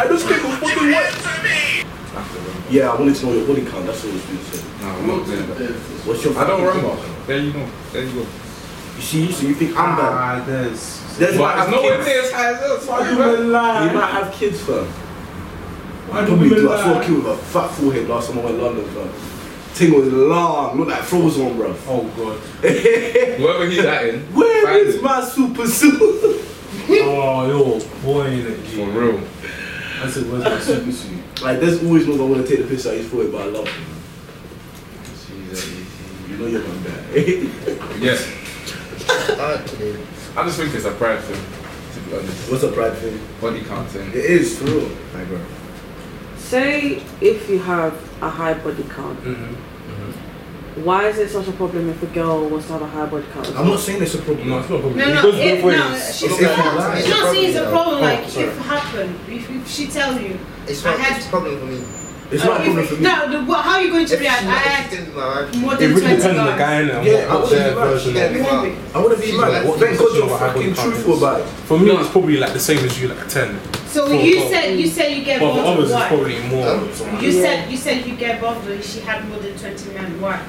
[SPEAKER 4] I just think of what you want. Yeah, I wanted to know your body count. That's what I was being said.
[SPEAKER 1] No, I'm not doing that.
[SPEAKER 4] What's your?
[SPEAKER 1] I don't
[SPEAKER 4] fucking body
[SPEAKER 1] remember.
[SPEAKER 4] count?
[SPEAKER 1] There you go. There you go.
[SPEAKER 4] You see, so you think I'm bad?
[SPEAKER 15] there's.
[SPEAKER 4] Des might
[SPEAKER 1] Ah. But
[SPEAKER 4] have
[SPEAKER 1] it's nowhere
[SPEAKER 4] kids.
[SPEAKER 1] near as high as us.
[SPEAKER 15] Why
[SPEAKER 1] Why
[SPEAKER 15] you
[SPEAKER 1] you mad?
[SPEAKER 15] women lie?
[SPEAKER 4] You might have kids, fam.
[SPEAKER 15] Why
[SPEAKER 4] I
[SPEAKER 15] do
[SPEAKER 4] probably
[SPEAKER 15] women
[SPEAKER 4] do. I saw a
[SPEAKER 15] lie?
[SPEAKER 4] kid with a fat forehead last time I went to London, fam. Thing was long, looked like frozen, bro.
[SPEAKER 10] Oh god.
[SPEAKER 1] Whoever he's at in.
[SPEAKER 4] Where
[SPEAKER 1] find
[SPEAKER 4] is
[SPEAKER 1] it.
[SPEAKER 4] my super suit?
[SPEAKER 10] Oh yo, boy, in it, G.
[SPEAKER 1] For real.
[SPEAKER 10] I said, where's my super suit?
[SPEAKER 4] Like, there's always no one want to take the piss out of his forehead, but I love him. You know you're my guy.
[SPEAKER 1] Yes.
[SPEAKER 14] Okay.
[SPEAKER 1] I just think it's a pride thing, to be honest.
[SPEAKER 14] What's a pride thing?
[SPEAKER 1] Body count thing.
[SPEAKER 14] It is for real. I agree.
[SPEAKER 5] Say if you have a high body count,
[SPEAKER 10] Mm-hmm.
[SPEAKER 5] why is it such a problem if a girl wants to have a high body count? as
[SPEAKER 14] I'm not saying it's a problem.
[SPEAKER 10] No, it's not a problem.
[SPEAKER 6] No,
[SPEAKER 10] It
[SPEAKER 6] no,
[SPEAKER 10] goes
[SPEAKER 6] if,
[SPEAKER 10] both
[SPEAKER 6] no,
[SPEAKER 10] ways.
[SPEAKER 6] she's
[SPEAKER 14] It's not
[SPEAKER 6] not,
[SPEAKER 14] right.
[SPEAKER 6] it's not saying it's a problem, like,
[SPEAKER 14] Oh,
[SPEAKER 6] if
[SPEAKER 14] sorry.
[SPEAKER 6] it happened, if, if she tells you.
[SPEAKER 3] It's
[SPEAKER 6] I
[SPEAKER 3] not
[SPEAKER 6] had-
[SPEAKER 3] it's a problem for me.
[SPEAKER 4] It's
[SPEAKER 6] uh,
[SPEAKER 4] not a problem
[SPEAKER 6] if-
[SPEAKER 4] for me.
[SPEAKER 6] No, the, what, how are you going to
[SPEAKER 3] If she-
[SPEAKER 6] react? I
[SPEAKER 3] if she
[SPEAKER 6] had
[SPEAKER 3] didn't love me,
[SPEAKER 6] more
[SPEAKER 10] It
[SPEAKER 6] than
[SPEAKER 10] really
[SPEAKER 6] 20
[SPEAKER 10] depends on the
[SPEAKER 6] guys.
[SPEAKER 10] guy and what,
[SPEAKER 4] Yeah, I
[SPEAKER 10] what
[SPEAKER 4] wouldn't
[SPEAKER 10] their
[SPEAKER 4] be mad.
[SPEAKER 10] version
[SPEAKER 3] yeah,
[SPEAKER 10] of
[SPEAKER 6] You
[SPEAKER 3] well,
[SPEAKER 6] won't be.
[SPEAKER 4] I wouldn't be
[SPEAKER 3] She's
[SPEAKER 4] mad.
[SPEAKER 3] like-
[SPEAKER 4] What, thank God
[SPEAKER 10] She's
[SPEAKER 4] you're
[SPEAKER 10] like, I
[SPEAKER 4] fucking
[SPEAKER 10] wouldn't count
[SPEAKER 4] truthful
[SPEAKER 10] this.
[SPEAKER 4] about it.
[SPEAKER 10] For me, it's probably like the same as you, like a 10.
[SPEAKER 6] So
[SPEAKER 10] Four,
[SPEAKER 6] you
[SPEAKER 10] four.
[SPEAKER 6] said, you said you get
[SPEAKER 10] But for
[SPEAKER 6] bothered,
[SPEAKER 10] others, it's
[SPEAKER 6] why?
[SPEAKER 10] probably more.
[SPEAKER 6] You
[SPEAKER 5] Yeah.
[SPEAKER 6] said, you said you get bothered, she had more than 20 men, why?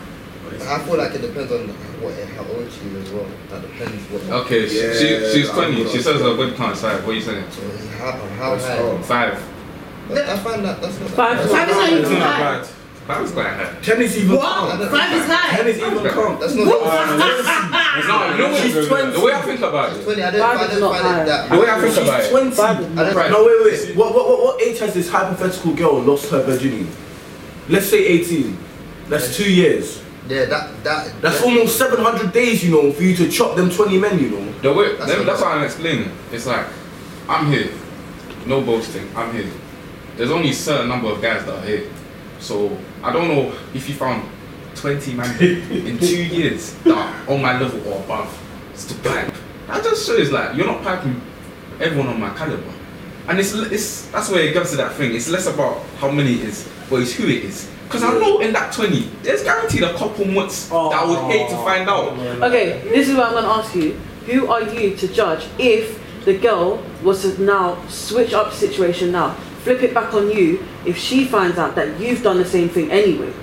[SPEAKER 3] I feel like it depends on what how old she is as well. That depends what.
[SPEAKER 1] Okay, she-
[SPEAKER 14] Yeah,
[SPEAKER 1] she, she's
[SPEAKER 14] I'm
[SPEAKER 1] funny.
[SPEAKER 14] not-
[SPEAKER 1] She says her body count's five. What are you saying?
[SPEAKER 3] How, how
[SPEAKER 14] That's
[SPEAKER 3] high?
[SPEAKER 14] all.
[SPEAKER 1] Five.
[SPEAKER 3] I find that that's not.
[SPEAKER 5] Five.
[SPEAKER 3] That's
[SPEAKER 6] Five is not
[SPEAKER 10] It's
[SPEAKER 6] even
[SPEAKER 10] not
[SPEAKER 6] high.
[SPEAKER 10] bad.
[SPEAKER 1] Five's quite high.
[SPEAKER 4] Can this even count?
[SPEAKER 3] not-
[SPEAKER 6] Five is
[SPEAKER 4] Can
[SPEAKER 6] high.
[SPEAKER 4] this even count?
[SPEAKER 3] That's not.
[SPEAKER 1] No, you know what?
[SPEAKER 4] She's
[SPEAKER 1] The way I think about it,
[SPEAKER 3] Twenty. I didn't
[SPEAKER 5] Five
[SPEAKER 3] find
[SPEAKER 5] is
[SPEAKER 3] it.
[SPEAKER 5] not
[SPEAKER 3] Find
[SPEAKER 5] high.
[SPEAKER 3] it that.
[SPEAKER 1] the way I think about
[SPEAKER 4] She's
[SPEAKER 1] it,
[SPEAKER 4] 20.
[SPEAKER 5] Five is
[SPEAKER 3] I don't-
[SPEAKER 1] Right.
[SPEAKER 4] No, wait, wait. What, what, what, what age has this hypothetical girl lost her virginity? Let's say 18. That's two years.
[SPEAKER 3] Yeah, that that.
[SPEAKER 4] That's
[SPEAKER 3] that-
[SPEAKER 4] almost 700 days, you know, for you to chop them 20 men, you know.
[SPEAKER 1] the way
[SPEAKER 3] That's
[SPEAKER 1] that's, that's what I'm explaining. It's like I'm here, no boasting. I'm here. There's only a certain number of guys that are here, so I don't know if you found 20 man in two years that are on my level or above. It's to pipe. That just shows like you're not piping everyone on my caliber, and it's it's that's where it comes to that thing. It's less about how many it is, but it's who it is. Because I know in that 20, there's guaranteed a couple months that I would hate to find out.
[SPEAKER 5] Okay, this is what I'm going to ask you. Who are you to judge if the girl was to now switch up the situation now, flip it back on you if she finds out that you've done the same thing anyway?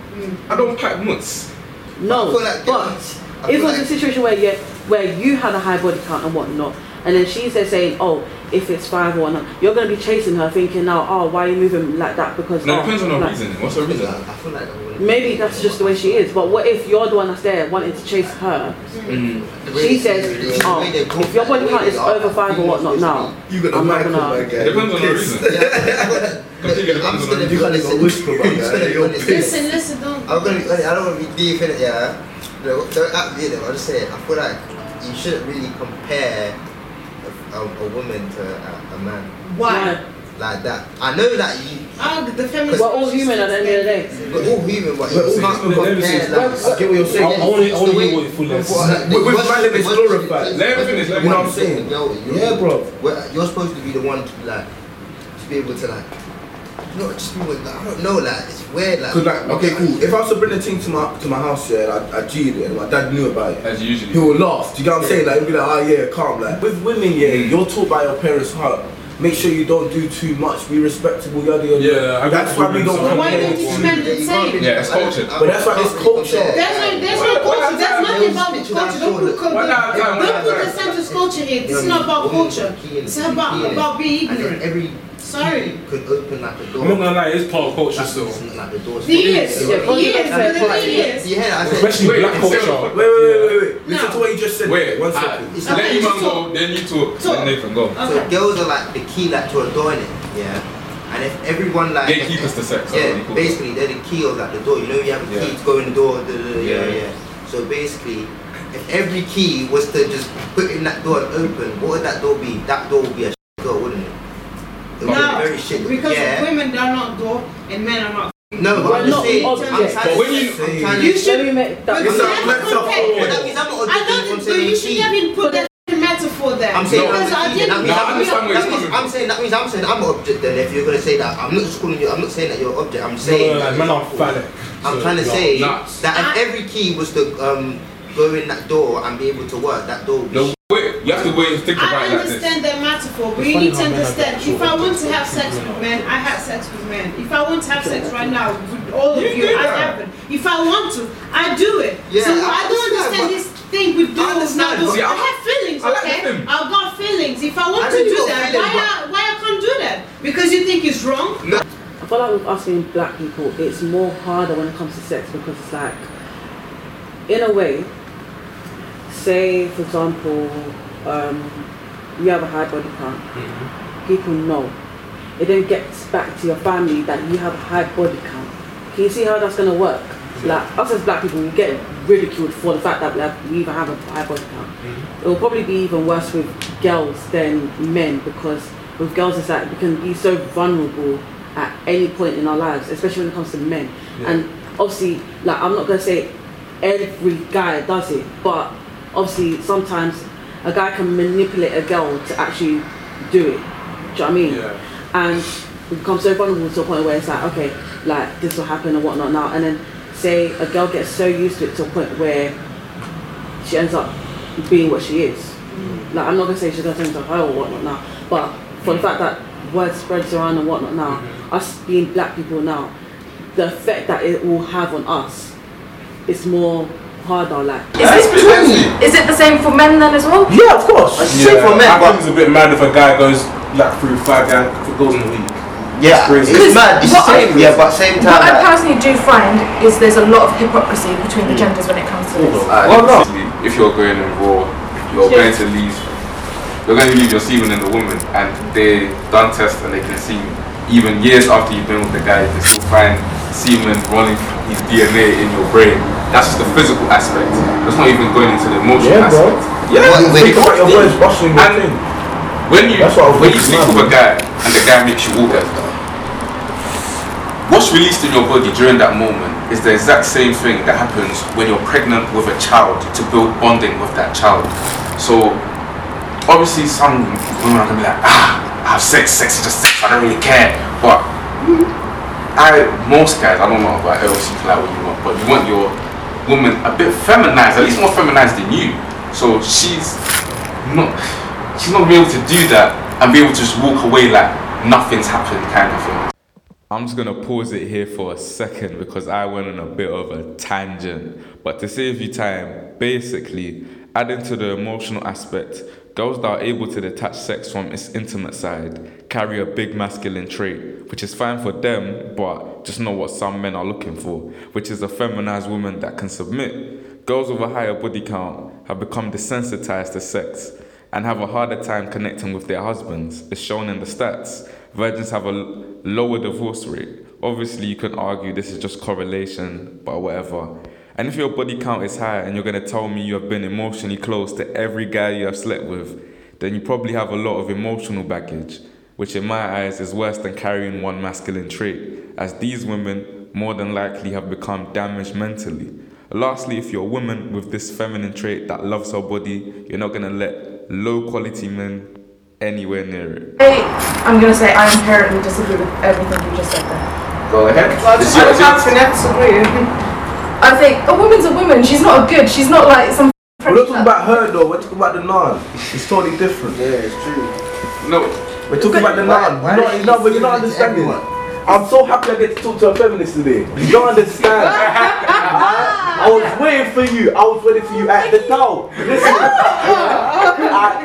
[SPEAKER 1] I don't pipe months.
[SPEAKER 5] No,
[SPEAKER 3] I feel like-
[SPEAKER 5] but
[SPEAKER 3] I
[SPEAKER 5] if it
[SPEAKER 3] feel
[SPEAKER 5] was a
[SPEAKER 3] like-
[SPEAKER 5] situation where you, where you had a high body count and whatnot, and then she's there saying, oh, if it's five or not. You're gonna be chasing her, thinking now, oh, why are you moving like that? Because
[SPEAKER 1] No,
[SPEAKER 5] oh,
[SPEAKER 1] it depends on her
[SPEAKER 5] like-
[SPEAKER 1] reasoning. What's her reason?
[SPEAKER 3] I feel like
[SPEAKER 5] Maybe that's just the way she is. But what if you're the one that's there wanting to chase her?
[SPEAKER 6] Mm.
[SPEAKER 5] She says, oh, if your body count is over five or whatnot now,
[SPEAKER 4] You got a
[SPEAKER 5] I'm not
[SPEAKER 4] mic on
[SPEAKER 5] gonna-
[SPEAKER 4] my guy.
[SPEAKER 1] Depends on her reason. Completely
[SPEAKER 3] I'm
[SPEAKER 1] depends
[SPEAKER 3] just
[SPEAKER 1] on her reason.
[SPEAKER 3] gonna be
[SPEAKER 4] You can't
[SPEAKER 3] honest.
[SPEAKER 4] even whisper, my
[SPEAKER 3] I'm just
[SPEAKER 4] guy.
[SPEAKER 3] gonna be
[SPEAKER 4] You're
[SPEAKER 3] honest.
[SPEAKER 4] pissed.
[SPEAKER 6] Listen, listen, don't.
[SPEAKER 3] I'm gonna. I don't want to be deep in it, yeah. Don't, don't act weird. I'm just saying. I feel like you shouldn't really compare a, a, a woman to a, a man
[SPEAKER 6] Why?
[SPEAKER 3] like that. I know that you.
[SPEAKER 6] Oh, the feminist.
[SPEAKER 5] we're all human at the end of the day.
[SPEAKER 3] We're all human, but
[SPEAKER 4] We're
[SPEAKER 3] you
[SPEAKER 4] all
[SPEAKER 3] can't
[SPEAKER 10] human, let me see.
[SPEAKER 3] compare like.
[SPEAKER 4] I get what you're
[SPEAKER 10] I
[SPEAKER 4] saying.
[SPEAKER 10] I only, I
[SPEAKER 3] It's the
[SPEAKER 10] only
[SPEAKER 3] way-
[SPEAKER 10] know what it fully is.
[SPEAKER 3] What-
[SPEAKER 4] With- with
[SPEAKER 3] what-
[SPEAKER 4] my limits
[SPEAKER 3] what-
[SPEAKER 4] glorified.
[SPEAKER 1] Let him finish, let him
[SPEAKER 3] what
[SPEAKER 1] finish.
[SPEAKER 3] Yo, you're-
[SPEAKER 4] Yeah, bro.
[SPEAKER 3] well, You're supposed to be the one to be like, to be able to like, not just be with, like, I don't know, like, it's weird, like.
[SPEAKER 4] Cause like, okay, cool. If I was to bring the thing to my to my house, yeah, and I, I G'd it, and my dad knew about it.
[SPEAKER 1] As
[SPEAKER 4] He
[SPEAKER 1] usually.
[SPEAKER 4] would laugh. Do you get what I'm saying? Like, he'd be like, oh yeah, calm, like.
[SPEAKER 16] With women, yeah, you're taught by your parents how. Make sure you don't do too much. Be respectable. Yada yada.
[SPEAKER 10] Yeah, I
[SPEAKER 16] that's why
[SPEAKER 10] got
[SPEAKER 16] we
[SPEAKER 10] women,
[SPEAKER 16] don't.
[SPEAKER 10] so I-
[SPEAKER 6] Why
[SPEAKER 16] compare.
[SPEAKER 6] don't you men the same?
[SPEAKER 1] Yeah, it's culture.
[SPEAKER 16] But that's why it's culture.
[SPEAKER 6] There's no, there's
[SPEAKER 1] Why-
[SPEAKER 6] no
[SPEAKER 1] why
[SPEAKER 6] culture.
[SPEAKER 1] not time?
[SPEAKER 6] There's nothing about
[SPEAKER 3] Don't
[SPEAKER 6] culture. Don't
[SPEAKER 3] show
[SPEAKER 6] put,
[SPEAKER 3] that.
[SPEAKER 1] Why not time?
[SPEAKER 6] don't,
[SPEAKER 1] Why not
[SPEAKER 6] don't put the
[SPEAKER 1] time?
[SPEAKER 6] center's culture here. This is not about culture. It's about about being
[SPEAKER 3] And then
[SPEAKER 6] ignorant.
[SPEAKER 3] every.
[SPEAKER 6] Sorry.
[SPEAKER 3] key Could open like a door.
[SPEAKER 10] I'm not gonna lie, it's part of culture still.
[SPEAKER 3] Like a door.
[SPEAKER 6] The years,
[SPEAKER 3] Yeah,
[SPEAKER 6] the years, but the
[SPEAKER 5] Yeah.
[SPEAKER 6] thing is,
[SPEAKER 3] yeah, I said.
[SPEAKER 10] Especially
[SPEAKER 1] Wait,
[SPEAKER 10] black
[SPEAKER 1] it's still-
[SPEAKER 16] Wait,
[SPEAKER 10] culture.
[SPEAKER 16] wait, wait, wait, wait. Listen
[SPEAKER 6] No.
[SPEAKER 16] to what you just said.
[SPEAKER 1] Wait,
[SPEAKER 16] one
[SPEAKER 1] uh,
[SPEAKER 16] second.
[SPEAKER 1] Let
[SPEAKER 6] Okay,
[SPEAKER 1] you man
[SPEAKER 6] so-
[SPEAKER 1] go, then you talk,
[SPEAKER 6] so-
[SPEAKER 1] then Nathan go.
[SPEAKER 3] So
[SPEAKER 6] Okay.
[SPEAKER 3] girls are like the key like to a door in it, yeah. And if everyone like
[SPEAKER 1] Gatekeepers to sex, that's what
[SPEAKER 3] yeah,
[SPEAKER 1] you call it.
[SPEAKER 3] basically they're the key of like the door. You know you have a key
[SPEAKER 1] Yeah.
[SPEAKER 3] to go in the door. Da, da, da, yeah.
[SPEAKER 1] Yeah.
[SPEAKER 3] yeah, So basically, if every key was to just put in that door and open, what would that door be? That door would be a shit door, wouldn't it? It would
[SPEAKER 6] No,
[SPEAKER 3] be very shit.
[SPEAKER 6] because
[SPEAKER 3] yeah.
[SPEAKER 6] women are not door and men are not.
[SPEAKER 3] No, but
[SPEAKER 5] We're
[SPEAKER 3] I'm just
[SPEAKER 5] not
[SPEAKER 3] saying. I'm trying
[SPEAKER 5] objects.
[SPEAKER 3] to
[SPEAKER 1] But when you-
[SPEAKER 3] I'm trying to-
[SPEAKER 6] You should.
[SPEAKER 5] Let me make that.
[SPEAKER 6] But
[SPEAKER 4] It's
[SPEAKER 6] you
[SPEAKER 4] a
[SPEAKER 6] have
[SPEAKER 4] metaphor.
[SPEAKER 6] compared-
[SPEAKER 3] But that means I'm
[SPEAKER 6] I
[SPEAKER 3] not objecting, I'm
[SPEAKER 6] don't think but
[SPEAKER 3] saying
[SPEAKER 6] you
[SPEAKER 3] the
[SPEAKER 6] should
[SPEAKER 3] key.
[SPEAKER 6] even put that metaphor there.
[SPEAKER 3] I'm saying,
[SPEAKER 6] because
[SPEAKER 3] I'm,
[SPEAKER 6] at the
[SPEAKER 3] saying,
[SPEAKER 6] end of
[SPEAKER 3] I'm,
[SPEAKER 6] the
[SPEAKER 1] No, I
[SPEAKER 6] day, we
[SPEAKER 1] understand where
[SPEAKER 6] are-
[SPEAKER 1] you're
[SPEAKER 3] that
[SPEAKER 1] coming
[SPEAKER 3] means,
[SPEAKER 1] from.
[SPEAKER 3] I'm saying that means I'm saying I'm an object then if you're gonna say that I'm not just calling you I'm not saying that you're an object I'm saying
[SPEAKER 10] No, no, no,
[SPEAKER 3] that
[SPEAKER 10] men
[SPEAKER 3] you're
[SPEAKER 10] are
[SPEAKER 3] cool.
[SPEAKER 10] phallic.
[SPEAKER 3] I'm
[SPEAKER 10] So,
[SPEAKER 3] trying to
[SPEAKER 10] yeah.
[SPEAKER 3] say
[SPEAKER 1] nuts.
[SPEAKER 3] that
[SPEAKER 6] I-
[SPEAKER 3] if every key was to um, go in that door and be able to work, that door would be
[SPEAKER 1] No,
[SPEAKER 3] shit.
[SPEAKER 1] wait, you have to wait and think about
[SPEAKER 6] I
[SPEAKER 1] it like this.
[SPEAKER 6] understand that metaphor, but
[SPEAKER 10] It's
[SPEAKER 6] you
[SPEAKER 10] funny
[SPEAKER 6] need to
[SPEAKER 10] how men have
[SPEAKER 6] understand.
[SPEAKER 10] that
[SPEAKER 6] If I
[SPEAKER 10] sort of-
[SPEAKER 6] want to have sex with men, I have sex with men. If I want to have sex right now with all of
[SPEAKER 1] You
[SPEAKER 6] you,
[SPEAKER 1] did
[SPEAKER 6] I
[SPEAKER 1] that.
[SPEAKER 6] have it. If I want to, I do it.
[SPEAKER 3] Yeah,
[SPEAKER 6] so I,
[SPEAKER 3] I
[SPEAKER 6] don't
[SPEAKER 3] understand,
[SPEAKER 6] understand
[SPEAKER 3] but-
[SPEAKER 6] this thing with
[SPEAKER 3] I
[SPEAKER 6] doing
[SPEAKER 3] understand,
[SPEAKER 6] now. though.
[SPEAKER 1] see, I-
[SPEAKER 6] I have feelings,
[SPEAKER 1] I like
[SPEAKER 6] okay?
[SPEAKER 1] the film.
[SPEAKER 6] I've got feelings. If I want
[SPEAKER 3] I
[SPEAKER 6] to
[SPEAKER 3] know
[SPEAKER 6] do
[SPEAKER 3] you got
[SPEAKER 6] that,
[SPEAKER 3] feelings,
[SPEAKER 6] why I, why I can't do that? Because you think it's wrong?
[SPEAKER 5] I feel like with us being black people, it's more harder when it comes to sex because it's like, in a way, say for example, um, you have a high body count, people know. It then gets back to your family that you have a high body count. Can you see how that's gonna work? Like us as black people, we get ridiculed for the fact that we, have, we even have a high body count. It will probably be even worse with girls than men because with girls it's like we can be so vulnerable at any point in our lives, especially when it comes to men. And obviously, like I'm not gonna say every guy does it, but obviously sometimes a guy can manipulate a girl to actually do it. Do you know what I mean?
[SPEAKER 10] Yeah.
[SPEAKER 5] and we become so vulnerable to a point where it's like, okay, like this will happen and whatnot now. And then say a girl gets so used to it to a point where she ends up being what she is. Like I'm not gonna say she's gonna turn into her or whatnot now, but for the fact that word spreads around and whatnot now, us being black people now, the effect that it will have on us is more harder. Like
[SPEAKER 1] Is this
[SPEAKER 17] Is it the same for men then as well?
[SPEAKER 16] Yeah, of course.
[SPEAKER 2] Yeah,
[SPEAKER 3] for men,
[SPEAKER 2] I
[SPEAKER 3] but-
[SPEAKER 2] think it's a bit mad if a guy goes like through five guy, goals in a week.
[SPEAKER 3] Yeah,
[SPEAKER 2] crazy.
[SPEAKER 3] it's mad. It's the
[SPEAKER 17] What I-
[SPEAKER 3] same, yeah, but same
[SPEAKER 17] What I
[SPEAKER 3] time. Like,
[SPEAKER 17] personally do find is there's a lot of hypocrisy between the genders when it comes
[SPEAKER 3] uh,
[SPEAKER 17] to this.
[SPEAKER 1] Well, no. If you're going in raw, you're going to leave. You're going to leave your semen in the woman, and they done test and they can see even years after you've been with the guy, they still find semen running through his DNA in your brain. That's just the physical aspect. That's not even going into the emotional
[SPEAKER 16] Yeah, bro.
[SPEAKER 1] aspect. Yeah,
[SPEAKER 3] Wait, wait,
[SPEAKER 1] because
[SPEAKER 16] Your words bustling your
[SPEAKER 1] And-
[SPEAKER 16] thing.
[SPEAKER 1] when you
[SPEAKER 16] That's what I was
[SPEAKER 1] when you
[SPEAKER 16] thinking
[SPEAKER 1] sleep with
[SPEAKER 16] about,
[SPEAKER 1] a guy and the guy makes you orgasm, what's released in your body during that moment is the exact same thing that happens when you're pregnant with a child to build bonding with that child. So obviously some women are gonna be like, ah, I have sex, sex is just sex, I don't really care. But I most guys, I don't know about else you feel like what you want, but you want your woman a bit feminized, at least more feminized than you. So she's not she's not be able to do that and be able to just walk away like nothing's happened kind of thing. I'm just gonna pause it here for a second because I went on a bit of a tangent. But to save you time, basically, adding to the emotional aspect, Girls that are able to detach sex from its intimate side carry a big masculine trait, which is fine for them, but just not what some men are looking for, which is a feminized woman that can submit. Girls with a higher body count have become desensitized to sex and have a harder time connecting with their husbands, as shown in the stats. Virgins have a l- lower divorce rate. Obviously, you can argue this is just correlation, but whatever. And if your body count is high and you're gonna tell me you have been emotionally close to every guy you have slept with, then you probably have a lot of emotional baggage, which in my eyes is worse than carrying one masculine trait, as these women more than likely have become damaged mentally. Lastly, if you're a woman with this feminine trait that loves her body, you're not gonna let low quality men anywhere near it.
[SPEAKER 17] I, I'm going to say I inherently disagree with everything you just said there.
[SPEAKER 1] Go ahead.
[SPEAKER 17] I don't have to disagree. I think a woman's a woman. She's not a good. She's not like some.
[SPEAKER 4] We're not talking about her though, we're talking about the Nan. It's totally different. Yeah, it's true.
[SPEAKER 1] No.
[SPEAKER 4] We're talking about the
[SPEAKER 3] Why-
[SPEAKER 4] Nan.
[SPEAKER 3] why
[SPEAKER 4] You
[SPEAKER 3] does
[SPEAKER 4] know,
[SPEAKER 3] she
[SPEAKER 4] you know, but you're
[SPEAKER 3] feel
[SPEAKER 4] not
[SPEAKER 3] it's
[SPEAKER 4] understanding.
[SPEAKER 3] everyone?
[SPEAKER 4] I'm so happy I get to talk to a feminist today. You don't understand.
[SPEAKER 3] Ah.
[SPEAKER 4] I was waiting for you. I was waiting for you at the town. Listen.
[SPEAKER 3] Ah.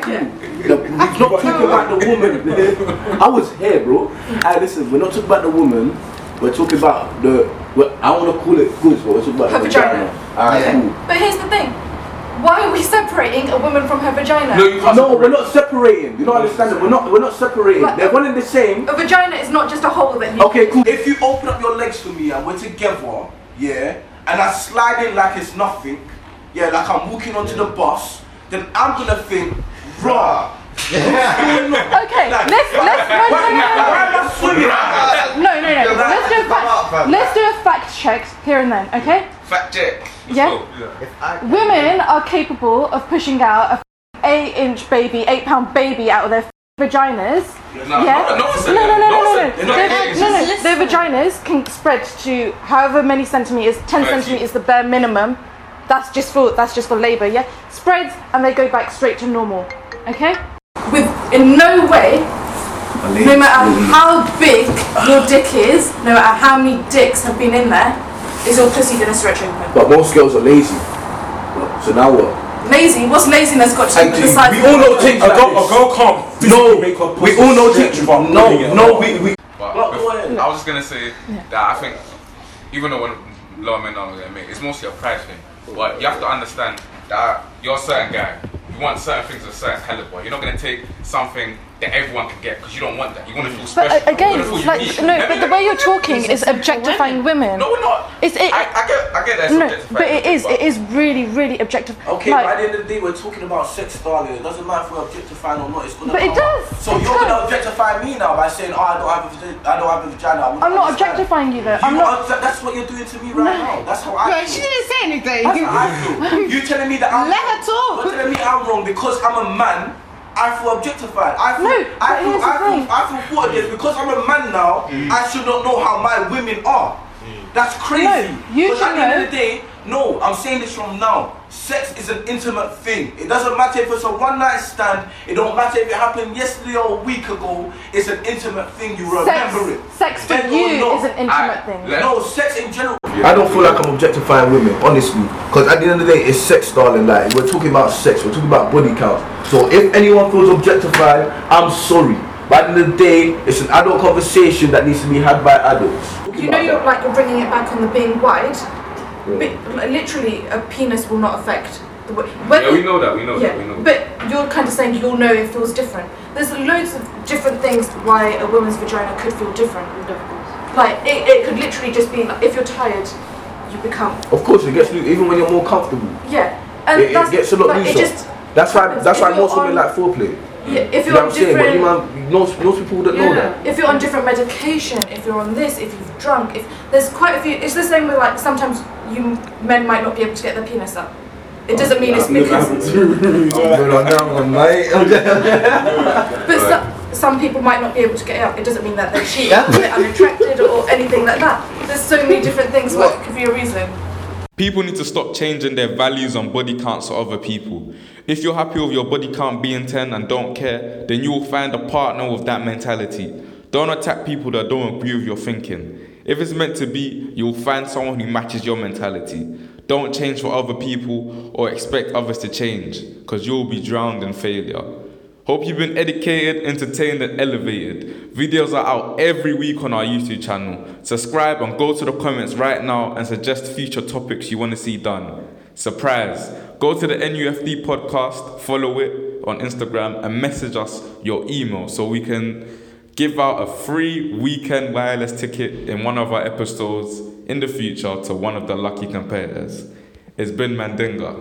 [SPEAKER 4] I, the, we're not talking about the woman. I was here, bro. Hey, listen, we're not talking about the woman. We're talking about the. well, I want to call it goods, but we're talking about
[SPEAKER 17] Her
[SPEAKER 4] the
[SPEAKER 17] vagina.
[SPEAKER 4] Alright,
[SPEAKER 17] Okay.
[SPEAKER 4] cool.
[SPEAKER 17] But here's the thing. Why are we separating a woman from her vagina?
[SPEAKER 4] No, we're not separating. You don't understand it. We're not. We're not separating.
[SPEAKER 17] But-
[SPEAKER 4] They're one and the same.
[SPEAKER 17] A vagina is not just a hole that you.
[SPEAKER 4] Okay, cool. If you open up your legs for me and we're together, yeah, and I slide in like it's nothing, yeah, like I'm walking onto the bus, then I'm gonna think, raw.
[SPEAKER 18] Okay, let's let's no no no no no. No, no, no. Let's do a fact. Let's do a fact check here and then. Okay.
[SPEAKER 1] Fact check.
[SPEAKER 18] Yeah. Women are capable of pushing out a eight-inch baby, eight-pound baby out of their vaginas.
[SPEAKER 1] No,
[SPEAKER 18] yeah.
[SPEAKER 1] no, no one said
[SPEAKER 18] no, no,
[SPEAKER 1] that.
[SPEAKER 18] no,
[SPEAKER 1] No
[SPEAKER 18] no,
[SPEAKER 1] one said-
[SPEAKER 18] no,
[SPEAKER 1] they're not
[SPEAKER 18] Their-
[SPEAKER 1] eight
[SPEAKER 18] no, no.
[SPEAKER 1] inches.
[SPEAKER 18] Their vaginas can spread to however many centimeters. Ten
[SPEAKER 1] Thirty.
[SPEAKER 18] centimeters, the bare minimum. That's just for that's just for labour. Yeah. Spreads and they go back straight to normal. Okay.
[SPEAKER 17] With in no way, no matter how big your dick is, no matter how many dicks have been in there, is your pussy gonna stretch open?
[SPEAKER 4] But most girls are lazy. So now what?
[SPEAKER 17] Lazy? What's laziness got to do with the size?
[SPEAKER 4] We all know things like this.
[SPEAKER 2] can't
[SPEAKER 4] no, make her we all know things. No, no, we, we
[SPEAKER 1] But bef- I was just gonna say that I think even though when lower men are gonna make it's mostly a pride thing. But you have to understand that you're a certain guy. You want certain things of a certain caliber. You're not gonna take something that everyone can get because you don't want that. You want to feel
[SPEAKER 18] But
[SPEAKER 1] special.
[SPEAKER 18] uh, again,
[SPEAKER 1] you wanna feel
[SPEAKER 18] like
[SPEAKER 1] unique.
[SPEAKER 18] no, but the way you're talking is objectifying women.
[SPEAKER 1] No, we're not.
[SPEAKER 18] It's it.
[SPEAKER 1] I, I get, I get that.
[SPEAKER 18] no,
[SPEAKER 1] subjective
[SPEAKER 18] but it
[SPEAKER 1] factor,
[SPEAKER 18] is. It is really, really objective.
[SPEAKER 4] Okay,
[SPEAKER 18] Like-
[SPEAKER 4] by the end of the day, we're talking about sex, darling. It doesn't matter if we're objectifying or not. It's gonna.
[SPEAKER 18] But it
[SPEAKER 4] come out.
[SPEAKER 18] does.
[SPEAKER 4] So
[SPEAKER 18] It
[SPEAKER 4] you're gonna
[SPEAKER 18] does.
[SPEAKER 4] objectify me now by saying, "Oh, I don't have a, vagi- I don't have a vagina." I
[SPEAKER 18] I'm not objectifying you though. I'm not.
[SPEAKER 4] that's what you're doing to me right now. That's how I.
[SPEAKER 6] Girl,
[SPEAKER 4] feel.
[SPEAKER 6] she didn't say anything.
[SPEAKER 4] That's how I feel. You telling me that I'm
[SPEAKER 6] Let her talk.
[SPEAKER 4] You're telling me I'm wrong because I'm a man. I feel objectified. I feel,
[SPEAKER 18] No,
[SPEAKER 4] I
[SPEAKER 18] but
[SPEAKER 4] feel,
[SPEAKER 18] here's the
[SPEAKER 4] I feel,
[SPEAKER 18] thing.
[SPEAKER 4] I feel thought against because I'm a man now. I should not know how my women are. That's crazy.
[SPEAKER 18] No, you
[SPEAKER 4] 'Cause
[SPEAKER 18] should
[SPEAKER 4] at the end
[SPEAKER 18] know.
[SPEAKER 4] of the day, no, I'm saying this from now. Sex is an intimate thing. It doesn't matter if it's a one night stand. It don't matter if it happened yesterday or a week ago. It's an intimate thing. You
[SPEAKER 18] Sex,
[SPEAKER 4] remember it.
[SPEAKER 18] sex for
[SPEAKER 4] Dead or
[SPEAKER 18] you
[SPEAKER 4] not.
[SPEAKER 18] is an intimate thing.
[SPEAKER 4] No, sex in general.
[SPEAKER 3] I don't feel like I'm objectifying women, honestly. Because at the end of the day, it's sex, darling. Like, we're talking about sex, we're talking about body counts. So if anyone feels objectified, I'm sorry. But at the end of the day, it's an adult conversation that needs to be had by adults.
[SPEAKER 17] You know, you're like you're bringing it back on the being wide. But literally, a penis will not affect the way.
[SPEAKER 1] Yeah, we know that. We know that. We know.
[SPEAKER 17] But you're kind of saying you'll know it feels different. There's loads of different things why a woman's vagina could feel different. Like it, it could literally just be like, if you're tired, you become
[SPEAKER 3] Of course, it gets loose even when you're more comfortable.
[SPEAKER 17] yeah.
[SPEAKER 3] It, it gets a lot
[SPEAKER 17] like,
[SPEAKER 3] looser.
[SPEAKER 17] It just
[SPEAKER 3] that's why. That's
[SPEAKER 17] If
[SPEAKER 3] why
[SPEAKER 17] you're
[SPEAKER 3] most women
[SPEAKER 17] on-
[SPEAKER 3] like foreplay.
[SPEAKER 17] yeah. If
[SPEAKER 3] you know
[SPEAKER 17] you're
[SPEAKER 3] what
[SPEAKER 17] on
[SPEAKER 3] I'm saying, but you
[SPEAKER 17] different,
[SPEAKER 3] man, most, most people don't know that.
[SPEAKER 17] if you're on different medication, if you're on this, if you've drunk, if there's quite a few. It's the same with like sometimes you men might not be able to get their penis up. It doesn't mean it's because. But so, some people might not be able to get it up. It doesn't mean that they're cheating,
[SPEAKER 1] Yeah.
[SPEAKER 17] they're unattracted, or anything like that. There's so many different things why it could be a reason.
[SPEAKER 1] People need to stop changing their values on body counts for other people. If you're happy with your body count being 10 and don't care, then you will find a partner with that mentality. Don't attack people that don't agree with your thinking. If it's meant to be, you'll find someone who matches your mentality. Don't change for other people or expect others to change, because you'll be drowned in failure. Hope you've been educated, entertained, and elevated. Videos are out every week on our YouTube channel. Subscribe and go to the comments right now and suggest future topics you want to see done. Surprise! Go to the NUFD podcast, follow it on Instagram, and message us your email so we can give out a free weekend wireless ticket in one of our episodes in the future to one of the lucky competitors. It's been Mandinga.